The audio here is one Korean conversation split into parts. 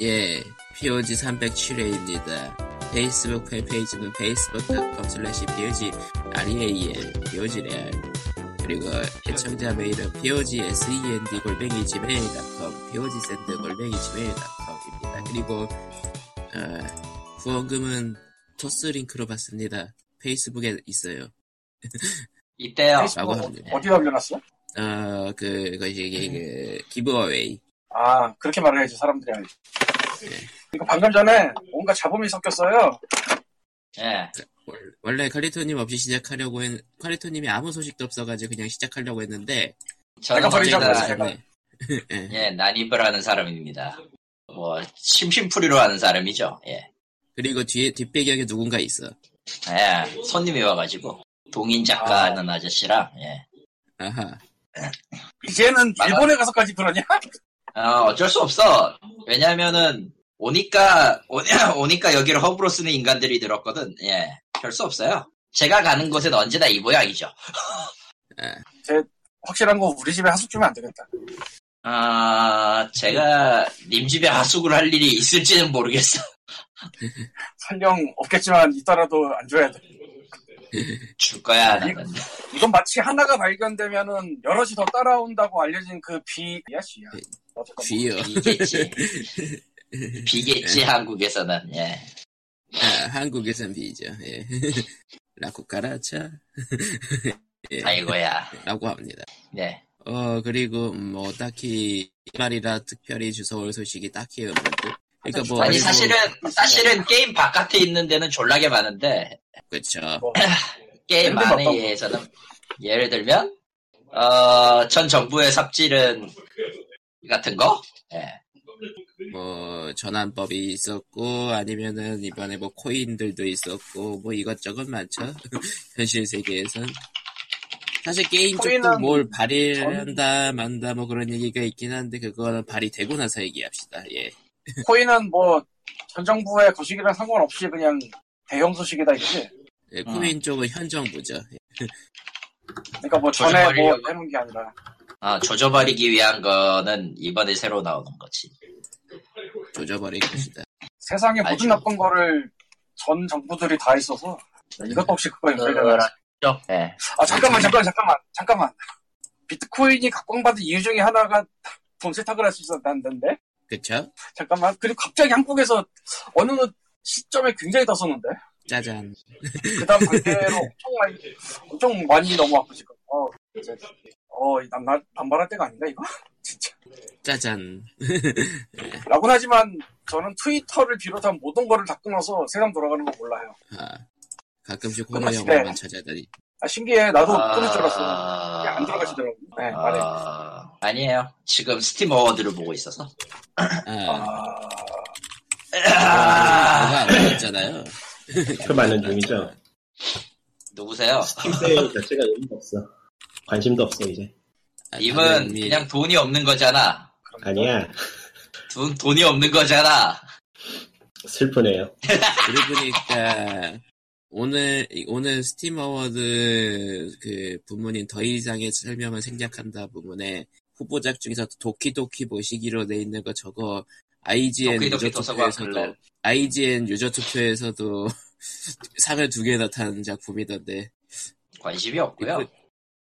예, POG 307회입니다. 페이스북 팬페이지는 facebook.com/pog E real pog real 그리고 애청자 메일은 pog send E 골뱅이 gmail.com pog send 골뱅이 gmail.com입니다. 그리고 어, 후원금은 토스 링크로 받습니다. 페이스북에 있어요. 이때요. 라고 페이스북 합니다. 뭐 어디다 올려놨어? 어, 그, 그, 이게 그 기브어웨이. 아 그렇게 말해야지 사람들이 알지. 이거 방금 전에 뭔가 잡음이 섞였어요. 예. 월- 원래 카리토님 없이 시작하려고 했, 카리토님이 아무 소식도 없어가지고 그냥 시작하려고 했는데, 저는 내가 버리자 언제나 그랬어요. 제가. 네. 예. 예, 난입을 하는 사람입니다. 뭐 심심풀이로 하는 사람이죠. 예. 그리고 뒤에 뒷배경에 누군가 있어. 예, 손님이 와가지고 동인 작가 하는 아저씨랑 예. 아하. 이제는 맞아. 일본에 가서까지 그러냐? 어, 어쩔 수 없어. 왜냐면은 오니까 오, 니까 여기를 허브로 쓰는 인간들이 들었거든. 예, 별 수 없어요. 제가 가는 곳은 언제나 이 모양이죠. 확실한 거 우리 집에 하숙 주면 안 되겠다. 아, 제가 님 집에 하숙을 할 일이 있을지는 모르겠어. 설령 없겠지만 있더라도 안 줘야 돼. 줄 거야 나는. 이건 마치 하나가 발견되면은 여럿이 더 따라온다고 알려진 그 비야 씨야. 어쨌건 귀여. 예. 비겠지. 비겠지 한국에서는 예. 아, 한국에선 비죠. 예. 라쿠카라차. 아이고야. 라고 합니다. 네. 어, 그리고, 음, 뭐, 딱히, 이 말이라 특별히 주워올 소식이 딱히 없고. 그니까 뭐, 아니 아이고. 사실은 사실은 게임 바깥에 있는 데는 졸라게 많은데 그쵸. 뭐, 게임 근데 뭐 안에 어떤- 의해서는 예를 들면 어전 정부의 삽질은 같은 거. 예. 뭐, 전환법이 있었고, 아니면은, 이번에 뭐, 코인들도 있었고, 뭐, 이것저것 많죠. 현실 세계에선. 사실 게임 쪽도 코인은 뭘 발휘한다, 만다, 뭐 그런 얘기가 있긴 한데, 그거는 발휘되고 나서 얘기합시다. 예. 코인은 뭐 전 정부의 거식이랑 상관없이 그냥 대형 소식이다 이거지. 예, 코인 쪽은 현 정부죠. 예. 그러니까 뭐 전에 뭐 조져버리려고. 해놓은 게 아니라 어, 조져버리기 위한 거는 이번에 새로 나오는 거지. 조져버릴 것이다. 세상에 알죠. 모든 나쁜 거를 전 정부들이 다 있어서 이것도 혹시 네, 그거 연결되나? 그렇죠. 예. 아 잠깐만 잠깐만 잠깐만 잠깐만. 비트코인이 각광받은 이유 중에 하나가 돈 세탁을 할 수 있었다는데 그쵸? 잠깐만 그리고 갑자기 한국에서 어느 시점에 굉장히 떴었는데 짜잔. 그다음 반대로 엄청 많이 엄청 많이 넘어왔고 지금 어 이제 어이 남발 반발할 때가 아닌가 이거 진짜 짜잔. 라고 하지만 저는 트위터를 비롯한 모든 거를 다 끊어서 세상 돌아가는 거 몰라요 아, 가끔씩 호러 끝났을 영화만 찾아다니. 아 신기해 나도 아, 끊을 줄 알았어 이게 예, 안 들어가시더라고 네 말해 아, 아니에요. 지금 스팀 어워드를 보고 있어서. 아, 아 아. 뭐가 안 나왔잖아요. 표그 많은 중이죠. 아, 누구세요? 팀세일 자체가 의미가 없어. 관심도 없어 이제. 아, 님은 다른 일. 그냥 돈이 없는 거잖아. 아니야. 돈, 돈이 없는 거잖아. 슬프네요. 그러고 보니까 오늘 오늘 스팀 어워드 그 부문인 더 이상의 설명을 생략한다 부문에 후보작 중에서 도키도키 보시기로 돼 있는 거 저거 IGN 도키도키 유저 도서관 투표에서도 클럽. IGN 유저 투표에서도 상을 두 개나 탄 작품이던데 관심이 없고요. 리코-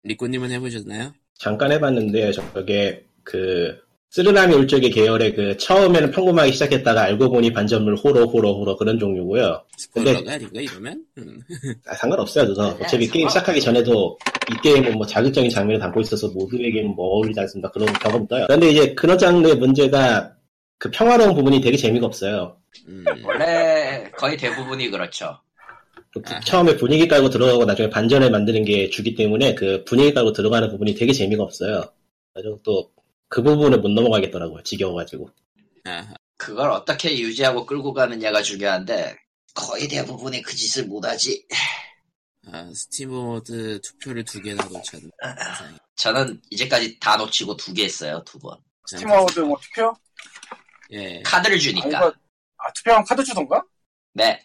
리코님은 해보셨나요? 잠깐 해봤는데요. 저게 그 쓰르나미 울적의 계열의 그 처음에는 평범하게 시작했다가 알고 보니 반전물 호러 호러 호러 그런 종류고요. 스포일러가 아닌가 이러면? 음. 아, 상관없어요 그거. 네, 어차피 게임 상관없어요. 시작하기 전에도 이 게임은 뭐 자극적인 장면을 담고 있어서 모두에게는 뭐 어울리지 않습니다. 그런 경험 떠요. 그런데 이제 그런 장르의 문제가 그 평화로운 부분이 되게 재미가 없어요. 음. 원래 거의 대부분이 그렇죠. 그 부- 처음에 분위기 깔고 들어가고 나중에 반전을 만드는 게 주기 때문에 그 분위기 깔고 들어가는 부분이 되게 재미가 없어요. 그래서 또 그 부분을 못 넘어가겠더라고요. 지겨워가지고. 아하. 그걸 어떻게 유지하고 끌고 가느냐가 중요한데 거의 대부분이 그 짓을 못하지. 아, 스팀 어워드 투표를 두 개나 놓쳤네. 세상에. 저는 이제까지 다 놓치고 두 개 했어요. 두 번. 스팀아웃 뭐 투표 네. 예. 카드를 아 주니까. 이거 아 투표하면 카드 주던가 네.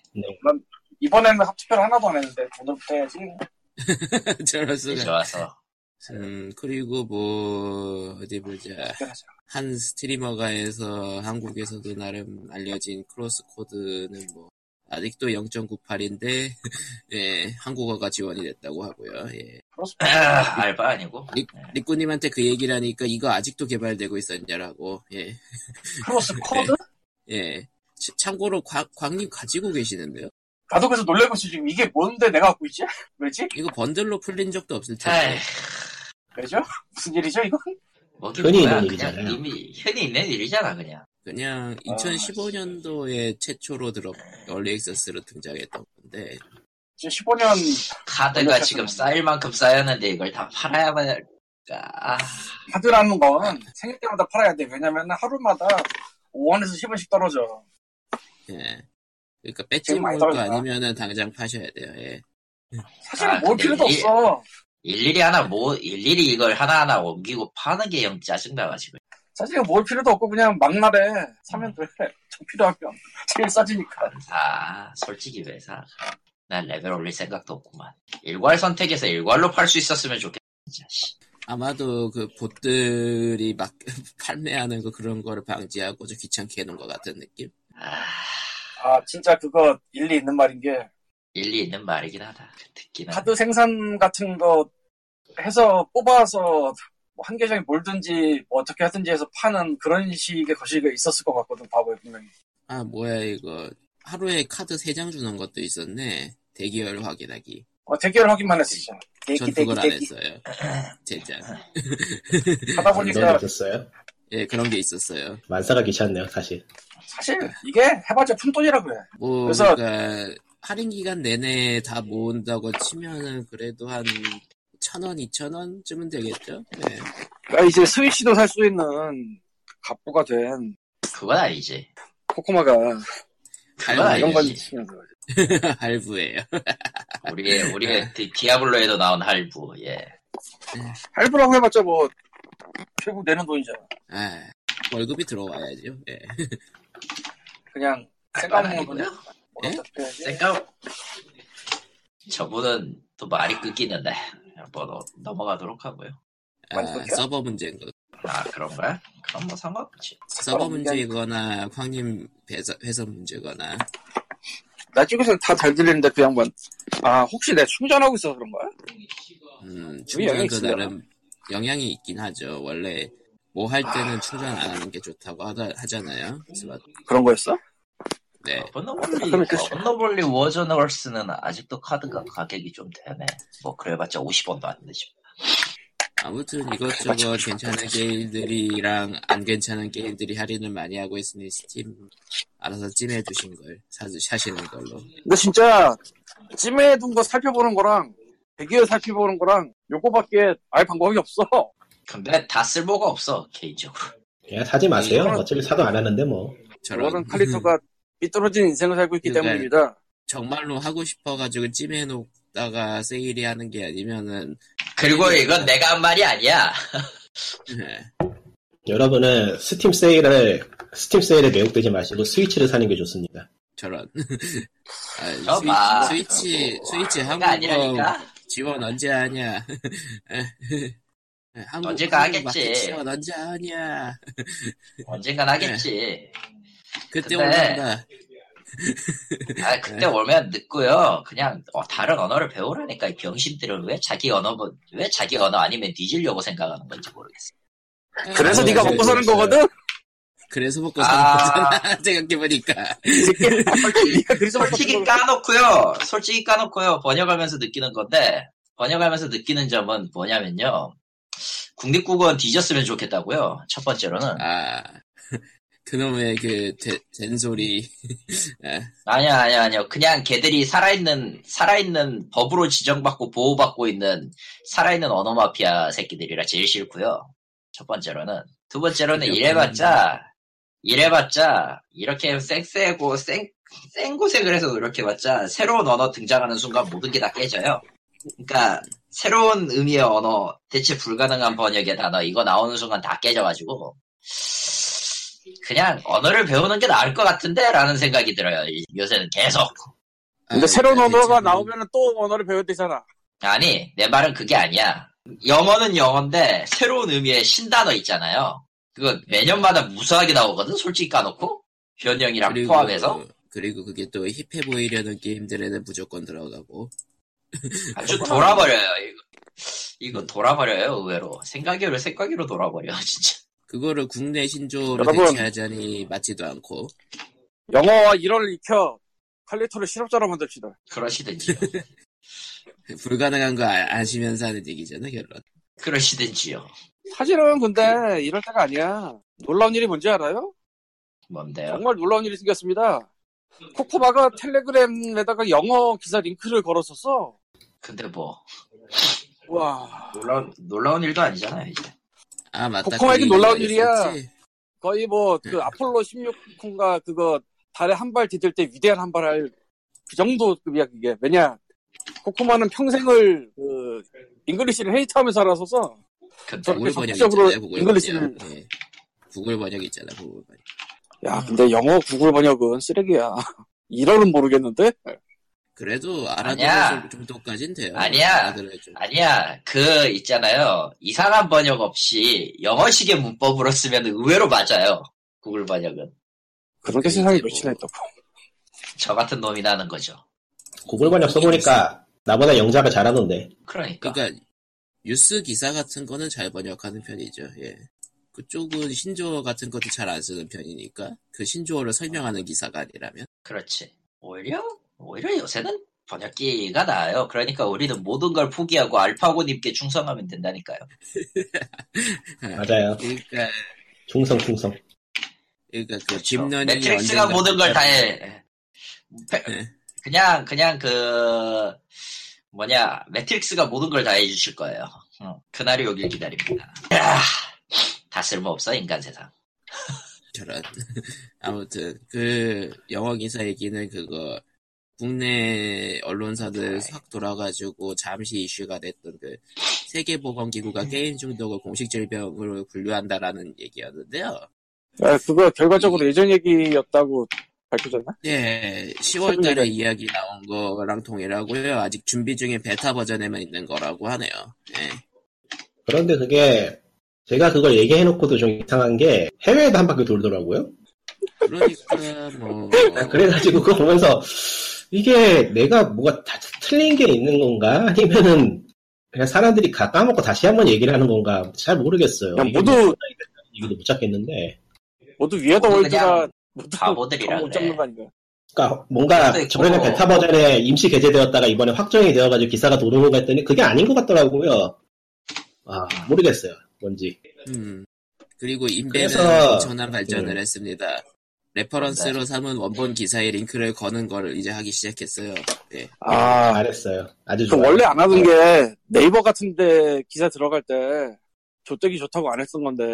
이번에는 합 투표를 하나도 안 했는데 오늘부터 해야지 저럴 수가. 좋아서. 음, 그리고 뭐, 어디 보자. 한 스트리머가 해서 한국에서도 나름 알려진 크로스 코드는 뭐, 아직도 0.98인데, 예, 한국어가 지원이 됐다고 하고요. 예. 아, 알바 아니고. 이- 리꾸님한테 그 얘기를 하니까 이거 아직도 개발되고 있었냐라고, 예, 네. 크로스 코드? 예. 치- 참고로 광, 광님 가지고 계시는데요? 가족에서 놀래고 있지 지금 이게 뭔데 내가 갖고 있지? 왜지? 이거 번들로 풀린 적도 없을 텐데. 에이, 왜죠? 무슨 일이죠 이거? 뭐긴 흔히 뭐야. 있는 그냥 일이잖아요. 이미 흔히 있는 일이잖아, 그냥. 그냥 2015년도에 최초로 들어 얼리 액세스로 등장했던 건데 지금 15년 카드가 원래 지금 샀었는데. 쌓일 만큼 쌓였는데 이걸 다 팔아야만 할까. 아, 받으라는 건 생일 때마다 팔아야 돼. 왜냐면 하루마다 5원에서 10원씩 떨어져. 예. 그러니까 뺏지 지금 많이 먹을 거 떨어진다. 아니면은 당장 파셔야 돼요. 예. 사실은 아, 모을 근데 필요도 이- 없어. 일일이 하나 뭐, 일일이 이걸 하나하나 옮기고 파는 게 영 짜증나가지고. 사실은 모을 필요도 없고 그냥 막날에 사면 돼. 정 필요하면 제일 싸지니까. 아, 솔직히 왜 사? 난 레벨 올릴 생각도 없구만. 일괄 선택에서 일괄로 팔 수 있었으면 좋겠다. 진짜, 씨. 아마도 그 봇들이 막 판매하는 거 그런 거를 방지하고 좀 귀찮게 해놓은 것 같은 느낌. 아, 아 진짜 그거 일리 있는 말인 게 일리 있는 말이긴 하다. 듣긴 네. 하다. 카드 생산 같은 거 해서 뽑아서 뭐 한계정에 몰든지 뭐 어떻게 하든지 해서 파는 그런 식의 거시기가 있었을 것 같거든 바보에 분명히. 아 뭐야 이거 하루에 카드 3장 주는 것도 있었네. 대기열 확인하기. 어, 대결 하기만 했었잖아. 대기 네. 전 대기 그걸 안 대기 했어요. 제장. 하다 그런 보니까 게 있었어요. 예 그런 게 있었어요. 만사가 귀찮네요, 사실. 사실 이게 해봤자 푼돈이라 그래. 뭐 그래서- 그러니까 할인 기간 내내 다 모은다고 치면은 그래도 한 천 원, 이천 원쯤은 되겠죠? 네. 그러니까 이제 스위치도 살 수 있는 갑부가 된 그건 아니지. 코코마가 그건 아, 이런 건 아니지. 있으면 그거지. 할부예요. 우리의, 우리의 디- 디아블로에도 나온 할부, 예. 할부라고 해봤자 뭐 결국 내는 돈이잖아. 아, 월급이 들어와야죠. 예. 그냥 생각하는 거냐? 예? 생각 저분은 또 말이 끊기는데 뭐 넘- 넘어가도록 하고요. 아, 만족해요? 서버 문제인 거. 아 그런가요? 그럼 뭐 상관없지. 서버 문제이거나 광님 배서, 회선 문제거나. 나 쪽에서 다 잘 들리는데 그 양반 아 혹시 내가 충전하고 있어서 그런 거야? 음, 영향이 충전도 있으려나? 나름 영향이 있긴 하죠. 원래 뭐 할 때는 충전 안 하는 게 좋다고 하다, 하잖아요. 스마트. 그런 거였어? 어, 네. 번더블리 그럼 끝이야. 번더블리 워전 월스는 아직도 카드가 가격이 좀 되네. 뭐 그래봤자 50원도 안 되지. 아무튼 이것저것 괜찮은 게임들이랑 안 괜찮은 게임들이 할인을 많이 하고 있으니 스팀 알아서 찜해주신 걸 사주, 사시는 걸로. 근데 진짜 찜해둔 거 살펴보는 거랑 대기열 살펴보는 거랑 요거밖에 아예 방법이 없어 근데 다 쓸모가 없어 개인적으로. 그냥 사지 마세요. 이거는- 어차피 사도 안 하는데 뭐. 저런. 저거는 칼리토가 삐뚤어진 인생을 살고 있기 그러니까- 때문입니다 정말로 하고 싶어가지고 찜해놓다가 세일이 하는 게 아니면은 그리고 이건 내가 한 말이 아니야. 예. 여러분은 스팀 세일을 스팀 세일에 매혹되지 마시고 스위치를 사는 게 좋습니다. 저런 저 봐. 아, 스위치 스위치 스위치 그게 한국어 아니라니까. 지원 언제 하냐 예, 한국 언젠가 한국 하겠지. 마켓 지원 언제 하냐 언젠간 하겠지. 그때 근데- 올란다 아 그때 오면 늦고요. 그냥 어, 다른 언어를 배우라니까 이 병신들은 왜 자기 언어 왜 자기 언어 아니면 뒤지려고 생각하는 건지 모르겠어. 그래서 아, 네가 네, 먹고 네, 사는 네. 거거든? 그래서 먹고 사는 아. 거잖아 생각해보니까 이 새끼 네. 네가 그래서 먹고 솔직히 사는 까놓고요. 솔직히 까놓고요. 번역하면서 느끼는 건데 번역하면서 느끼는 점은 뭐냐면요. 국립국어는 뒤졌으면 좋겠다고요. 첫 번째로는 아 그놈의 그 되- 된소리 아니야 아니야 아니요. 그냥 걔들이 살아있는 살아있는 법으로 지정받고 보호받고 있는 살아있는 언어 마피아 새끼들이라 제일 싫고요. 첫 번째로는 두 번째로는 그래요. 이래봤자 이래봤자 이렇게 쌩쌩고 쌩 쌩고생을 해서 노력해봤자 새로운 언어 등장하는 순간 모든 게 다 깨져요. 그러니까 새로운 의미의 언어 대체 불가능한 번역의 단어 이거 나오는 순간 다 깨져가지고 그냥 언어를 배우는 게 나을 것 같은데라는 생각이 들어요. 이- 요새는 계속 근데 새로운 아, 언어가 대체로- 나오면 또 언어를 배워야 되잖아 아니 내 말은 그게 아니야. 영어는 영어인데 새로운 의미의 신단어 있잖아요. 그거 매년마다 무수하게 나오거든. 솔직히 까놓고 변형이랑 포함해서 그리고 그게 또 힙해 보이려는 게임들에는 무조건 들어가고 아주 돌아버려요. 이거 이거 돌아버려요. 의외로 생각으로 생각으로 돌아버려 진짜. 그거를 국내 신조로 여러분. 대체하자니 맞지도 않고 영어와 일어를 익혀 칼리토를 실업자로 만듭시다. 그러시든지요. 불가능한 거 아- 아시면서 하는 얘기잖아 결론. 그러시든지요. 사실은 근데 이럴 때가 아니야. 놀라운 일이 뭔지 알아요? 뭔데요? 정말 놀라운 일이 생겼습니다. 코코바가 텔레그램에다가 영어 기사 링크를 걸었었어. 근데 뭐 와 놀라운 놀라운 일도 아니잖아요. 이제 아 맞다. 코코마에겐 그 놀라운 얘기가 일이야. 있었지. 거의 뭐 그 아폴로 16콘가 그거 달에 한 발 디딜 때 위대한 한 발 할 그 정도 급이야 그게. 왜냐 코코마는 평생을 그 잉글리시를 헤이트하면서 살았어서 근데 저렇게 구글 번역 적극적으로 있잖아요. 구글 잉글리시를- 번역. 예. 구글 번역 있잖아. 구글 번역. 야 근데 영어 구글 번역은 쓰레기야. 일어는 모르겠는데 그래도 아니야. 알아듣는 정도까진 돼요. 아니야. 알아들어야죠. 아니야 그 있잖아요 이상한 번역 없이 영어식의 문법으로 쓰면 의외로 맞아요 구글 번역은 그런 게 세상에 이제 뭐- 몇이나 있다고. 저 같은 놈이 나는 거죠. 구글 번역 써보니까 나보다 영자가 잘하던데. 그러니까 그러니까 뉴스 기사 같은 거는 잘 번역하는 편이죠. 예. 그쪽은 신조어 같은 것도 잘 안 쓰는 편이니까 그 신조어를 설명하는 기사가 아니라면 그렇지. 오히려, 오히려 요새는 번역기가 나아요. 그러니까 우리는 모든 걸 포기하고 알파고님께 충성하면 된다니까요. 네, 맞아요. 예. 그러니까 충성, 충성. 그러니까 그 그렇죠. 김런이 매트릭스가 언젠가 모든 걸 다 진짜- 해. 페- 네. 그냥, 그냥 그, 뭐냐, 매트릭스가 모든 걸 다 해주실 거예요. 응. 그날이 오길 기다립니다. 야, 다 쓸모없어, 인간 세상. 저런. 아무튼 그 영어 기사 얘기는 그거 국내 아, 언론사들 확 돌아가지고 잠시 이슈가 됐던 그 음. 세계보건기구가 게임 중독을 공식 질병으로 분류한다라는 얘기였는데요. 아, 그거 결과적으로 예전 얘기였다고 밝혀졌나? 예, 10월달에 이야기 나온 거랑 동일하고요. 아직 준비 중인 베타 버전에만 있는 거라고 하네요. 예. 그런데 그게 제가 그걸 얘기해놓고도 좀 이상한 게 해외에도 한 바퀴 돌더라고요. 그러니까 아, 뭐 그래가지고 그거 보면서 이게 내가 뭐가 다 틀린 게 있는 건가? 아니면은 그냥 사람들이 가 까먹고 다시 한번 얘기를 하는 건가? 잘 모르겠어요. 그냥 이게 모두- 뭐 얘기도 못 찾겠는데. 모두 위에다 모두 월드가 그냥 모두 바보들이라 못 잡는 거 아닌가? 그러니까 뭔가 그것도 저번에 있고. 베타 버전에 임시 게재되었다가 이번에 확정이 되어가지고 기사가 도는 거 했더니 그게 아닌 것 같더라고요. 아 모르겠어요. 뭔지. 음. 그리고 인베는 그래서- 엄청난 발전을 음. 했습니다. 레퍼런스로 네. 삼은 원본 기사에 링크를 거는 걸 이제 하기 시작했어요. 예. 아, 안 했어요. 아주 그 좋아요. 원래 안 하던 게 네이버 같은데 기사 들어갈 때 조teg이 좋다고 안 했던 건데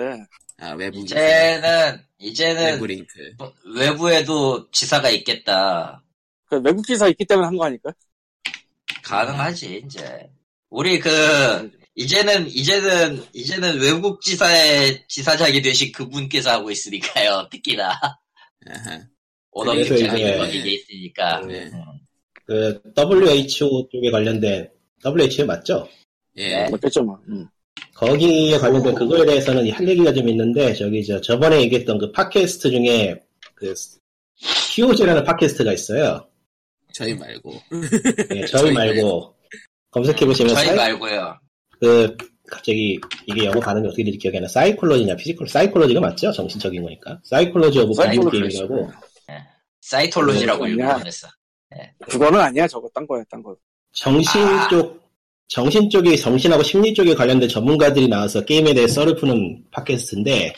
아, 외부 기사, 이제는, 이제는 외부 링크. 외부에도 지사가 있겠다. 그 외국 기사 있기 때문에 한 거 아닐까? 가능하지 이제 우리 그 이제는 이제는 이제는 외국 지사의 지사장이 되신 그분께서 하고 있으니까요 특히나 아하. 오너미 그래서 특장이 이제- 이게 있으니까 네. 음. 그 WHO 쪽에 관련된 WHO 맞죠? 예. 네. 네. 맞겠죠 뭐. 음. 거기에 관련된 그거에 대해서는 할 얘기가 좀 있는데 저기 저 저번에 얘기했던 그 팟캐스트 중에 그 POG라는 팟캐스트가 있어요. 저희 말고. 예, 저희 저희 말고 검색해 보시면 저희 말고요 그 갑자기 이게 영어 발음이 어떻게 될지 기억이 안 나. 사이콜로지냐 피지컬 사이콜로지가 맞죠? 정신적인 거니까. 사이콜로지 오브 바이오 사이콜로지. 게임이라고 사이톨로지라고 그건 읽고 아니야. 보냈어 그거는 아니야 저거 딴 거야 딴 거. 정신 아. 쪽 정신 쪽이 정신하고 심리 쪽에 관련된 전문가들이 나와서 게임에 대해 썰을 푸는 팟캐스트인데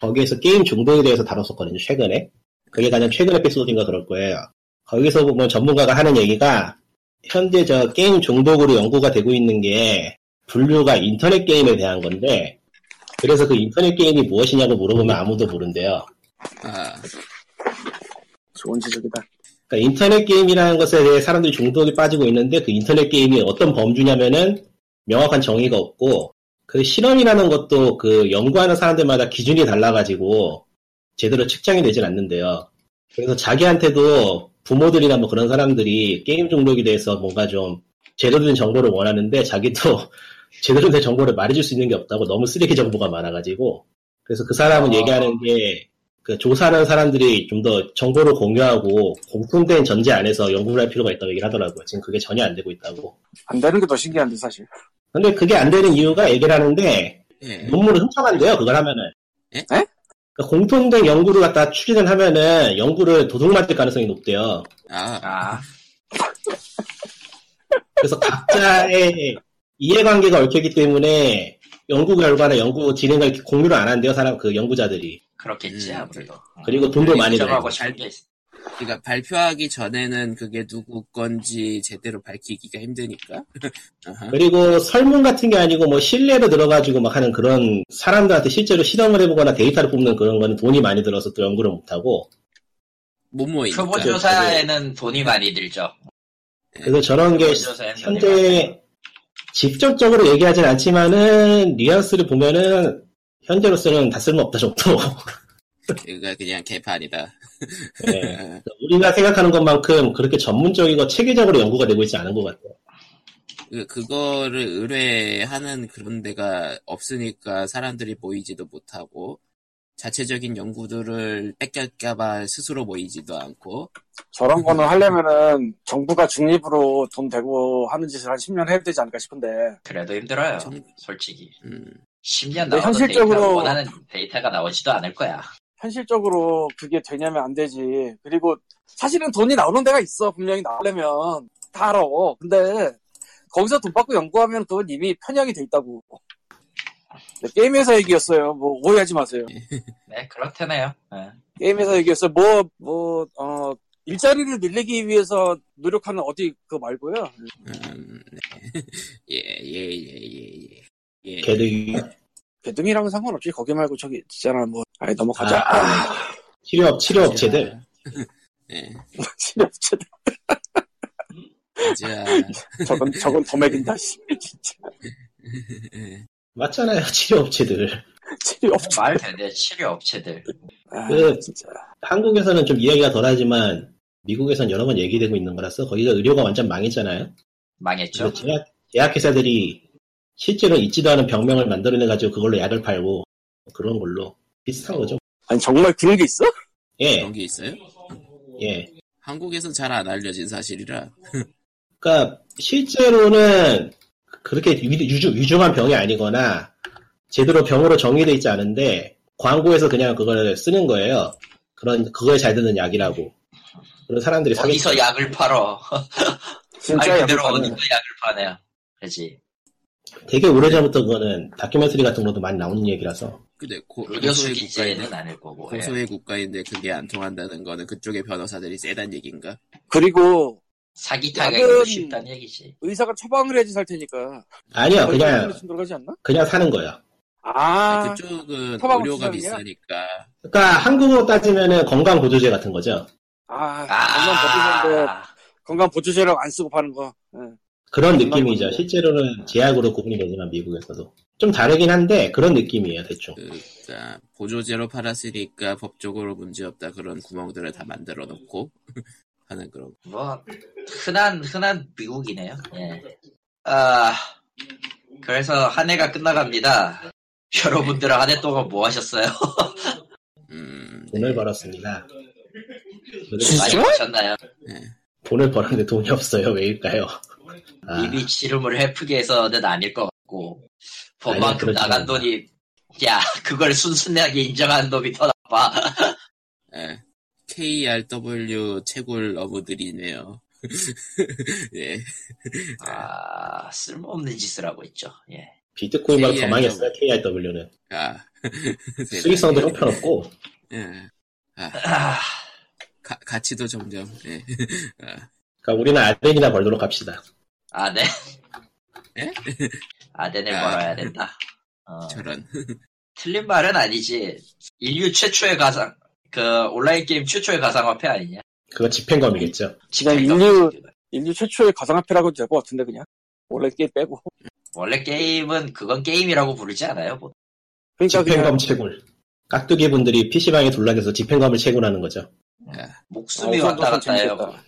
거기에서 게임 중독에 대해서 다뤘었거든요 최근에 그게 가장 최근 에피소드인가 그럴 거예요 거기서 보면 전문가가 하는 얘기가 현재 저 게임 중독으로 연구가 되고 있는 게 분류가 인터넷 게임에 대한 건데 그래서 그 인터넷 게임이 무엇이냐고 물어보면 아무도 모른대요 아, 좋은 지적이다. 그러니까 인터넷 게임이라는 것에 대해 사람들이 중독에 빠지고 있는데 그 인터넷 게임이 어떤 범주냐면은 명확한 정의가 없고 그 실험이라는 것도 그 연구하는 사람들마다 기준이 달라가지고 제대로 측정이 되진 않는데요. 그래서 자기한테도 부모들이나 뭐 그런 사람들이 게임 중독에 대해서 뭔가 좀 제대로 된 정보를 원하는데 자기도 제대로 된 정보를 말해줄 수 있는 게 없다고 너무 쓰레기 정보가 많아가지고 그래서 그 사람은 아. 얘기하는 게 그 조사하는 사람들이 좀 더 정보를 공유하고 공통된 전제 안에서 연구를 할 필요가 있다고 얘기를 하더라고요. 지금 그게 전혀 안 되고 있다고. 안 되는 게 더 신기한데 사실. 근데 그게 안 되는 이유가 얘기를 하는데 예. 논문을 훔쳐간대요. 그걸 하면은. 에? 그러니까 공통된 연구를 갖다 추진을 하면은 연구를 도둑맞을 가능성이 높대요. 아, 아, 그래서 각자의 이해관계가 얽혀있기 때문에 연구 결과나 연구 진행을 이렇게 공유를 안 한대요, 사람, 그 연구자들이. 그렇겠지, 음, 아무래도. 그리고 돈도 많이 들어요. 하고 잘게 있어. 그러니까 발표하기 전에는 그게 누구 건지 제대로 밝히기가 힘드니까. 아하. 그리고 설문 같은 게 아니고 뭐 실내로 들어가지고 막 하는 그런 사람들한테 실제로 실험을 해보거나 데이터를 뽑는 그런 거는 돈이 많이 들어서 또 연구를 못하고. 못 모이니까. 초보조사에는 돈이 많이 들죠. 그래서 저런 게 초보조사에는 돈이 많이 들죠. 현재 직접적으로 얘기하진 않지만은 뉘앙스를 보면은 현재로서는 다 쓸모없다 정도. 그러니까 그냥 개판이다. 아. 네. 우리가 생각하는 것만큼 그렇게 전문적이고 체계적으로 연구가 되고 있지 않은 것 같아요. 그- 그거를 의뢰하는 그런 데가 없으니까 사람들이 모이지도 못하고 자체적인 연구들을 뺏길까봐 스스로 모이지도 않고 저런 거는 하려면은 정부가 중립으로 돈 대고 하는 짓을 한 10년 해야 되지 않을까 싶은데 그래도 힘들어요, 아. 정- 솔직히. 음, 10년 근데 나오던 현실적으로- 데이터 원하는 데이터가 나오지도 않을 거야. 현실적으로 그게 되냐면 안 되지. 그리고 사실은 돈이 나오는 데가 있어 분명히 나오려면 다 알아. 근데 거기서 돈 받고 연구하면 그건 이미 편향이 돼 있다고. 근데 게임 회사 얘기였어요. 뭐 오해하지 마세요. 네, 그렇다네요. 예. 게임 회사 얘기였어요. 뭐, 뭐뭐어 일자리를 늘리기 위해서 노력하는 어디 그거 말고요. 음, 네. 예, 예, 예, 예, 예. 예. 걔들이 개등이랑은 상관없지. 거기 말고 저기 있잖아. 뭐 아니 넘어가자. 아, 치료업, 치료업체들. 네. 진짜 미쳤다. 자, 저건 저건 더 맥인다. 씨. 진짜 네. 맞잖아요, 치료업체들. 재미 없. 말 되네, 치료 업체들. 아, 그- 진짜. 한국에서는 좀 이야기가 덜 하지만, 미국에선 여러 번 얘기되고 있는 거라서, 거기가 의료가 완전 망했잖아요. 망했죠. 그래서 제약, 제약회사들이 실제로 있지도 않은 병명을 만들어내가지고 그걸로 약을 팔고, 그런 걸로 비슷한 거죠. 아니 정말 그런 게 있어? 예, 그런 게 있어요? 예. 한국에선 잘 안 알려진 사실이라. 그러니까 실제로는 그렇게 유, 중한 병이 아니거나 제대로 병으로 정의되어 있지 않은데 광고에서 그냥 그걸 쓰는 거예요. 그런 그거에 잘 드는 약이라고. 그런 사람들이 사기. 어디서 약을 팔어. 진짜 말 그대로 약간 어디서 약을 파네요. 그지. 되게 오래전부터 그거는 다큐멘터리 같은 것도 많이 나오는 얘기라서. 근데 고, 의료 소의 그렇죠. 국가인데 수기제는 아닐 거고. 예. 고소의 국가인데 그게 안 통한다는 거는 그쪽의 변호사들이 세단 얘기인가? 그리고 사기 약은- 타격이 쉽다는 얘기지. 의사가 처방을 해야지 살 테니까. 아니요, 그냥 들어가지 않나? 그냥 사는 거예요. 아, 그쪽은 처방은 의료가 비싸냐? 비싸니까. 그러니까 한국으로 따지면은 건강 보조제 같은 거죠. 아, 건강 보조제인데 아, 건강 보조제라고 안 쓰고 파는 거. 예. 그런 건강 느낌이죠. 보조제. 실제로는 제약으로 구분이 되지만 미국에서도 좀 다르긴 한데 그런 느낌이에요, 대충. 그러니까 보조제로 팔았으니까 법적으로 문제없다 그런 구멍들을 다 만들어 놓고 하는 그런 뭐 흔한 흔한 미국이네요. 예. 아 그래서 한 해가 끝나갑니다. 여러분들은 한 해 동안 뭐 하셨어요? 음, 네. 돈을 벌었습니다. 많이 하셨나요? 돈을 버는데 돈이 없어요. 왜일까요? 아, 입이 지름을 헤프게 해서는 아닐 것 같고 법만큼 아니요, 그렇지 나간 않아요. 돈이 야 그걸 순순하게 인정하는 놈이 더 나빠. 예. KRW 채굴 어부들이네요. 예. 네. 아 쓸모없는 짓을 하고 있죠. 예. 비트코인보다 더 KRW. 네. 망했어요. KRW는 아. 세상에. 수익성도 형편없고 예. 아, 가, 가치도 점점. 예. 아, 그러니까 우리는 아덴이나 벌도록 합시다. 아덴. 네. 네? 예? 아덴을 네, 아. 벌어야 된다. 어, 저런. 틀린 말은 아니지. 인류 최초의 가상, 그 온라인 게임 최초의 가상화폐 아니냐? 그거 집행검이겠죠. 그냥 인류 인류 최초의 가상화폐라고 도 될 것 같은데 그냥 원래 게임 빼고. 원래 게임은 그건 게임이라고 부르지 않아요? 뭐. 그러니까 그냥 집행검 채굴. 깍두기 분들이 PC방에 둘러앉아서 집행검을 채굴하는 거죠. 목숨이 어, 왔다 갔다 해요. 재밌겠다. 뭐.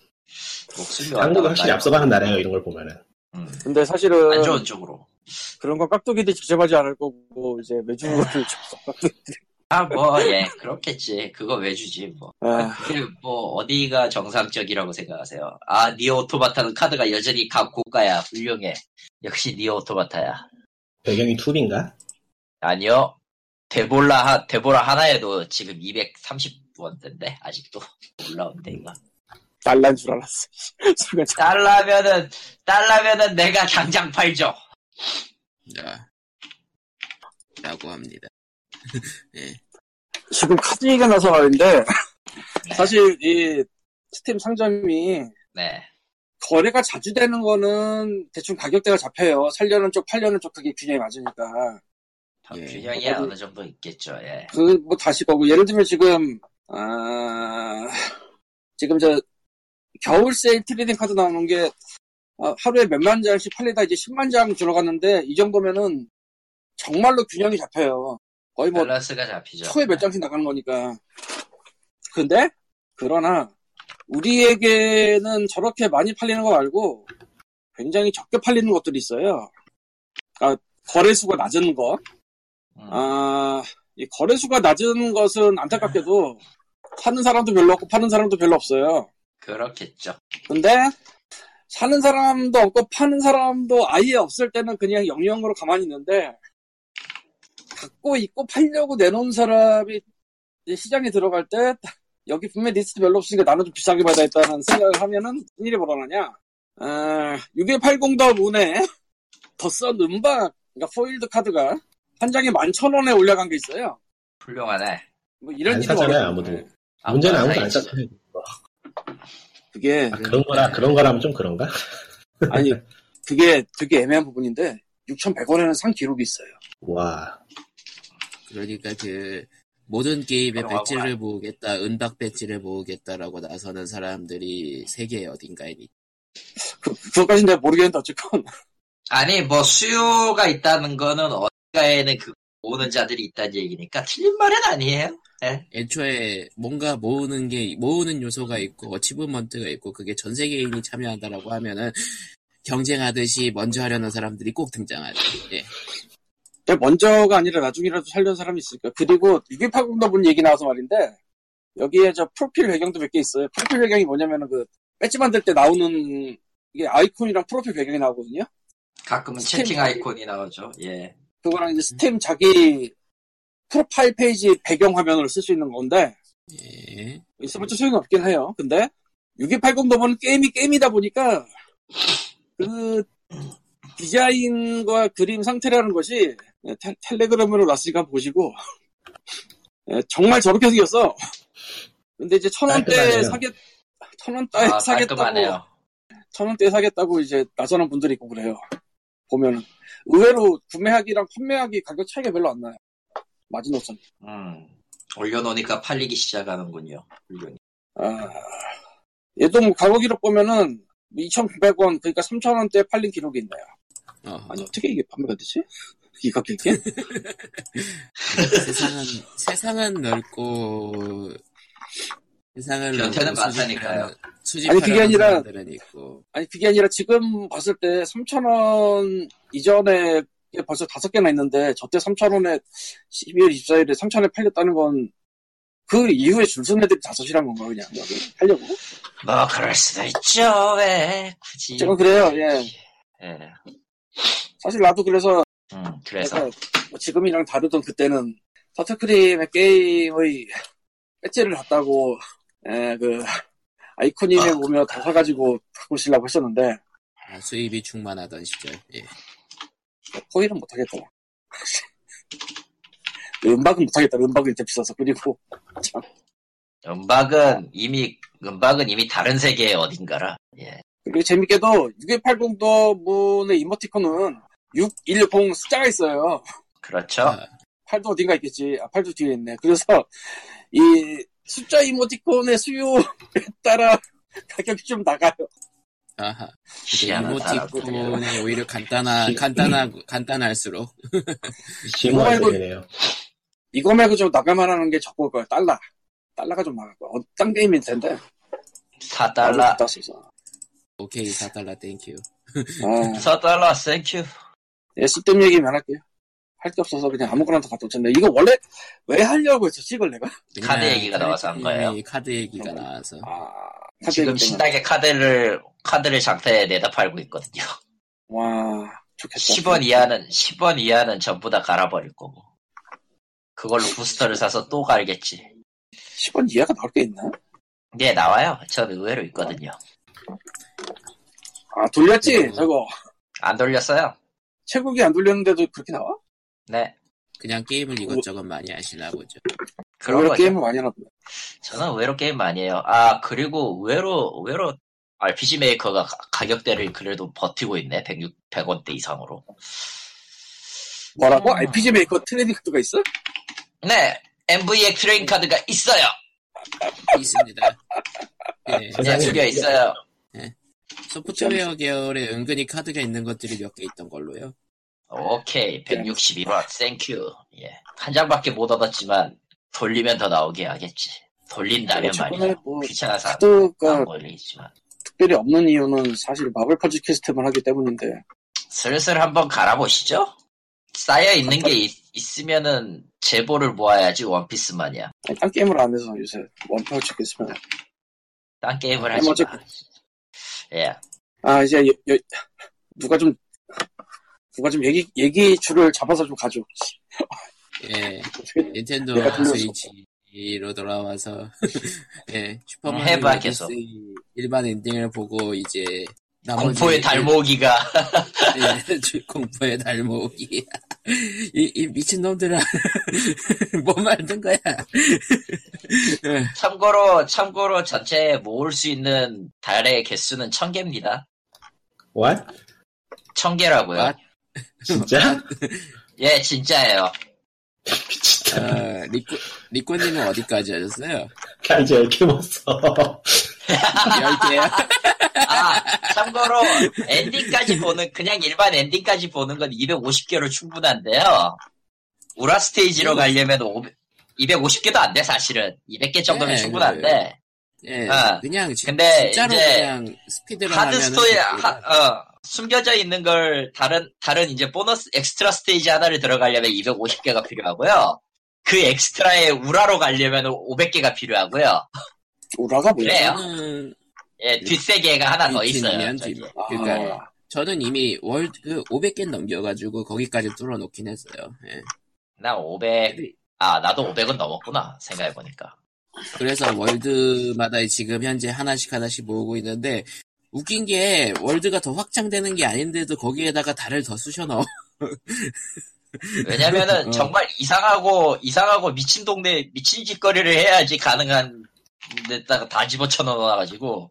목숨이 왔다 한국은 갔다 확실히 해요. 앞서가는 나라예요. 이런 걸 보면은. 음, 근데 사실은 안 좋은 쪽으로. 그런 건 깍두기도 직접 하지 않을 거고 이제 네. 외주를 그 접속 아, 뭐, 예, 그렇겠지. 그거 왜 주지, 뭐. 아, 그게 뭐, 어디가 정상적이라고 생각하세요? 아, 니오 오토바타는 카드가 여전히 각 고가야. 훌륭해. 역시 니오 오토바타야. 배경이 툴인가? 아니요. 데볼라, 하, 데보라 하나에도 지금 230원대인데, 아직도 올라온대, 이거. 달란 줄 알았어. 순간 참- 달라면은, 달라면은 내가 당장 팔죠. 자, 아. 라고 합니다. 예. 지금 카드 얘기가 나서 말인데 사실 이 스팀 상점이 네. 거래가 자주 되는 거는 대충 가격대가 잡혀요. 살려는 쪽, 팔려는 쪽 그게 균형이 맞으니까. 다 예. 균형이 어디- 어느 정도 있겠죠, 예. 그 뭐 다시 거고 예를 들면 지금 아, 지금 저 겨울 세일 트레이딩 카드 나오는 게 아, 하루에 몇만 장씩 팔리다 이제 10만 장 들어갔는데 이 정도면은 정말로 균형이 잡혀요. 거의 뭐 밸런스가 잡히죠. 초에 몇 장씩 나가는 거니까. 근데 그러나 우리에게는 저렇게 많이 팔리는 거 말고 굉장히 적게 팔리는 것들이 있어요. 그러니까 거래수가 낮은 것. 음. 아, 이 거래수가 낮은 것은 안타깝게도 사는 사람도 별로 없고 파는 사람도 별로 없어요. 그렇겠죠. 근데 사는 사람도 없고 파는 사람도 아예 없을 때는 그냥 영영으로 가만히 있는데 갖고 있고 팔려고 내놓은 사람이 이제 시장에 들어갈 때 여기 분명히 리스트 별로 없으니까 나는 좀 비싸게 받아야겠다는 생각을 하면은 일이 벌어나냐? 아, 6180더 문에 더썬 은박, 그러니까 포일드 카드가 한 장에 11,000원에 올라간 게 있어요. 훌륭하네. 뭐 안 이런 일이 사잖아요, 벌어져요. 아무도. 아무도 문제는 안 아무도 안 사겠지. 샀어요. 그게 아, 그런 거라, 그런 거라면 좀 그런가? 아니, 그게 되게 애매한 부분인데, 6,100원에는 산 기록이 있어요. 와, 그러니까 그 모든 게임에 그럼 배지를 모으겠다, 은박 배지를 모으겠다라고 나서는 사람들이 세계 어딘가에 있. 그, 그것까진 내가 모르겠는데, 어쨌건. 아니 뭐 수요가 있다는 거는 어디가에는 그 오는 자들이 있다는 얘기니까 틀린 말은 아니에요. 예. 애초에 뭔가 모으는 게 모으는 요소가 있고 어치브먼트가 있고 그게 전 세계인이 참여한다라고 하면은 경쟁하듯이 먼저 하려는 사람들이 꼭 등장하죠. 예. 내가 먼저가 아니라 나중이라도 살려는 사람이 있으니까. 그리고, 680도 본 얘기 나와서 말인데, 여기에 저 프로필 배경도 몇 개 있어요. 프로필 배경이 뭐냐면은 그, 배지 만들 때 나오는, 이게 아이콘이랑 프로필 배경이 나오거든요? 가끔은 스팀. 채팅 아이콘이 나오죠. 예. 그거랑 이제 스팀 자기 프로파일 페이지 배경 화면으로 쓸 수 있는 건데, 예. 있어봤자 소용이 없긴 해요. 근데 6280 더보는 게임이 게임이다 보니까 그 디자인과 그림 상태라는 것이 예, 텔, 텔레그램으로 났으니까 보시고 예, 정말 저렇게 생겼어. 근데 이제 천 원대 깔끔하네요. 사겠 천 원대 아, 사겠다고 깔끔하네요. 천 원대 사겠다고 이제 나서는 분들이 있고 그래요. 보면 의외로 구매하기랑 판매하기 가격 차이가 별로 안 나요. 마지노선. 음. 올려놓으니까 팔리기 시작하는군요. 훌륭히. 아, 얘도 뭐 과거 기록 보면은 2,900원 그러니까 3,000원대에 팔린 기록이 있네요. 어, 아니 어떻게 이게 판매가 되지? 이 가격에? 세상은 세상은 넓고 세상을 변태는 넓고 수집하는- 많다니까요. 수집하는 아니, 그게 아니라- 사람들은 있고 아니 그게 아니라 지금 봤을 때 3,000원 이전에 게 벌써 다섯 개나 있는데 저때 3,000원에 12월 24일에 3,000원에 팔렸다는 건 그 이후에 줄 선 애들이 다섯이란 건가 그냥 여기 팔려고? 뭐 그럴 수도 있죠. 왜 굳이. 저건 그래요, 예. 예. 사실 나도 그래서 음, 그래서 내가 뭐 지금이랑 다르던 그때는 터트크림의 게임의 배지를 갖다고 에, 그 아이코님에 아. 보면 다 사가지고 갖고 오시려고 했었는데 아, 수입이 충만하던 시절. 예. 포일은 못하겠더라 음박은 못하겠다 음박은 일단 비싸서 그리고 음박은 이미 음박은 이미 다른 세계의 어딘가라. 예. 그리고 재밌게도 6180도 문의 이모티콘은 610 숫자가 있어요 그렇죠. 음. 아, 팔도 어딘가 있겠지. 아, 팔도 뒤에 있네. 그래서 이 숫자 이모티콘의 수요에 따라 가격이 좀 나가요. 아하. 희한한 사람들이에요. 이모티콘이 오히려 간단하 간단하 간단할수록 심오한 아이고. 세계네요. 이거 말고 좀 나갈 만한 게 적고 거요 달러. 달러가 좀 나갈 거야. 어, 딴 게임일 텐데. 사달라 땄어. 오케이 4달러 땡큐. 아, 사달라 땡큐 예, 쓸데없는 얘기면 안 할게요. 할 게 없어서 그냥 아무거나 다 갖다 쳤네. 이거 원래 왜 하려고 했었지, 이걸 내가? 카드 그냥 얘기가 나와서 한 거예요? 음. 예, 카드 얘기가 나와서. 아, 카드 지금 때문에. 신나게 카드를 카드를 장터에 내다 팔고 있거든요. 와, 좋겠다. 10원 이하는 10원 이하는 전부 다 갈아버릴 거고 그걸로 부스터를 사서 또 갈겠지. 10원 이하가 나올 게 있나? 예 나와요. 전 의외로 있거든요. 아, 돌렸지, 음. 저거. 안 돌렸어요? 최국이 안 돌렸는데도 그렇게 나와? 네 그냥 게임을 이것저것 많이 하시나 보죠. 그런 오히려 거죠. 게임을 많이 하나 보네. 저는 의외로 게임 많이 해요. 아 그리고 의외로 의외로 RPG 메이커가 가- 가격대를 그래도 버티고 있네. 106 100원대 이상으로. 뭐라고? 음. 아, RPG 메이커 트레이딩 카드가 있어? 네 MV의 트레인 카드가 있어요. 있습니다. 예, 예, 세상에. 줄여 있어요. 소프트웨어 계열에 은근히 카드가 있는 것들이 몇 개 있던 걸로요. 네. 오케이 161원 땡큐 예한 장밖에 못 얻었지만 돌리면 더 나오게 하겠지 돌린다면 최근에 말이야 뭐 귀찮아서 뭐. 안- 카드가 안 걸리지만 특별히 없는 이유는 사실 마블 퍼즐 퀘스트만 하기 때문인데 슬슬 한번 갈아보시죠 쌓여 있는 게 있, 있으면은 제보를 모아야지 원피스만이야 아니, 딴 게임을 안 해서 요새 원 퍼즐 퀘스트만 딴 게임을 아니, 하지 뭐 마 예. 아 이제 여- 여- 누가 좀 누가 좀 얘기 얘기 줄을 잡아서 좀 가죠 예, 어떻게 닌텐도 내가 돌려서. 스위치로 돌아와서 예, 슈퍼마리오 음, 해봐, 계속. 오디세이 일반 엔딩을 보고 이제 나머지 공포의 달모기가 예, 주- 공포의 달목이 이, 이 미친 놈들아 뭐 만든 거야? 참고로 참고로 전체 모을 수 있는 달의 개수는 천 개입니다 What? 천 개라고요 What? 진짜? 예 진짜예요 어, 리코 리코님은 어디까지 하셨어요? 이제 이렇게 먹었어. 열 개야? 아, 참고로 엔딩까지 보는 그냥 일반 엔딩까지 보는 건 250개로 충분한데요. 우라 음. 스테이지로 가려면 250개도 안 돼 사실은 200개 정도면 네, 충분한데 예, 아, 그냥 지, 근데 진짜로 이제 그냥 그 스피드로 하드 스토리 하, 하면 어, 숨겨져 있는 걸 다른 다른 이제 보너스 엑스트라 스테이지 하나를 들어가려면 250개가 필요하고요. 그 엑스트라에 우라로 가려면 500개가 필요하고요. 우라가 뭐야? 그래요. 저는 예, 뒷세계가 하나 더 있어요. 네. 뒷면, 저기. 뒷면. 아, 그러니까 저는 이미 월드 그 500개 넘겨가지고 거기까지 뚫어놓긴 했어요. 예. 나 500, 네. 아 나도 500은 넘었구나 생각해 보니까. 그래서 월드마다 지금 현재 하나씩 하나씩 모으고 있는데 웃긴 게 월드가 더 확장되는 게 아닌데도 거기에다가 달을 더 쑤셔 넣어. 왜냐면은 어. 정말 이상하고 이상하고 미친 동네 미친 짓거리를 해야지 가능한 데다가 다 집어쳐 넣어가지고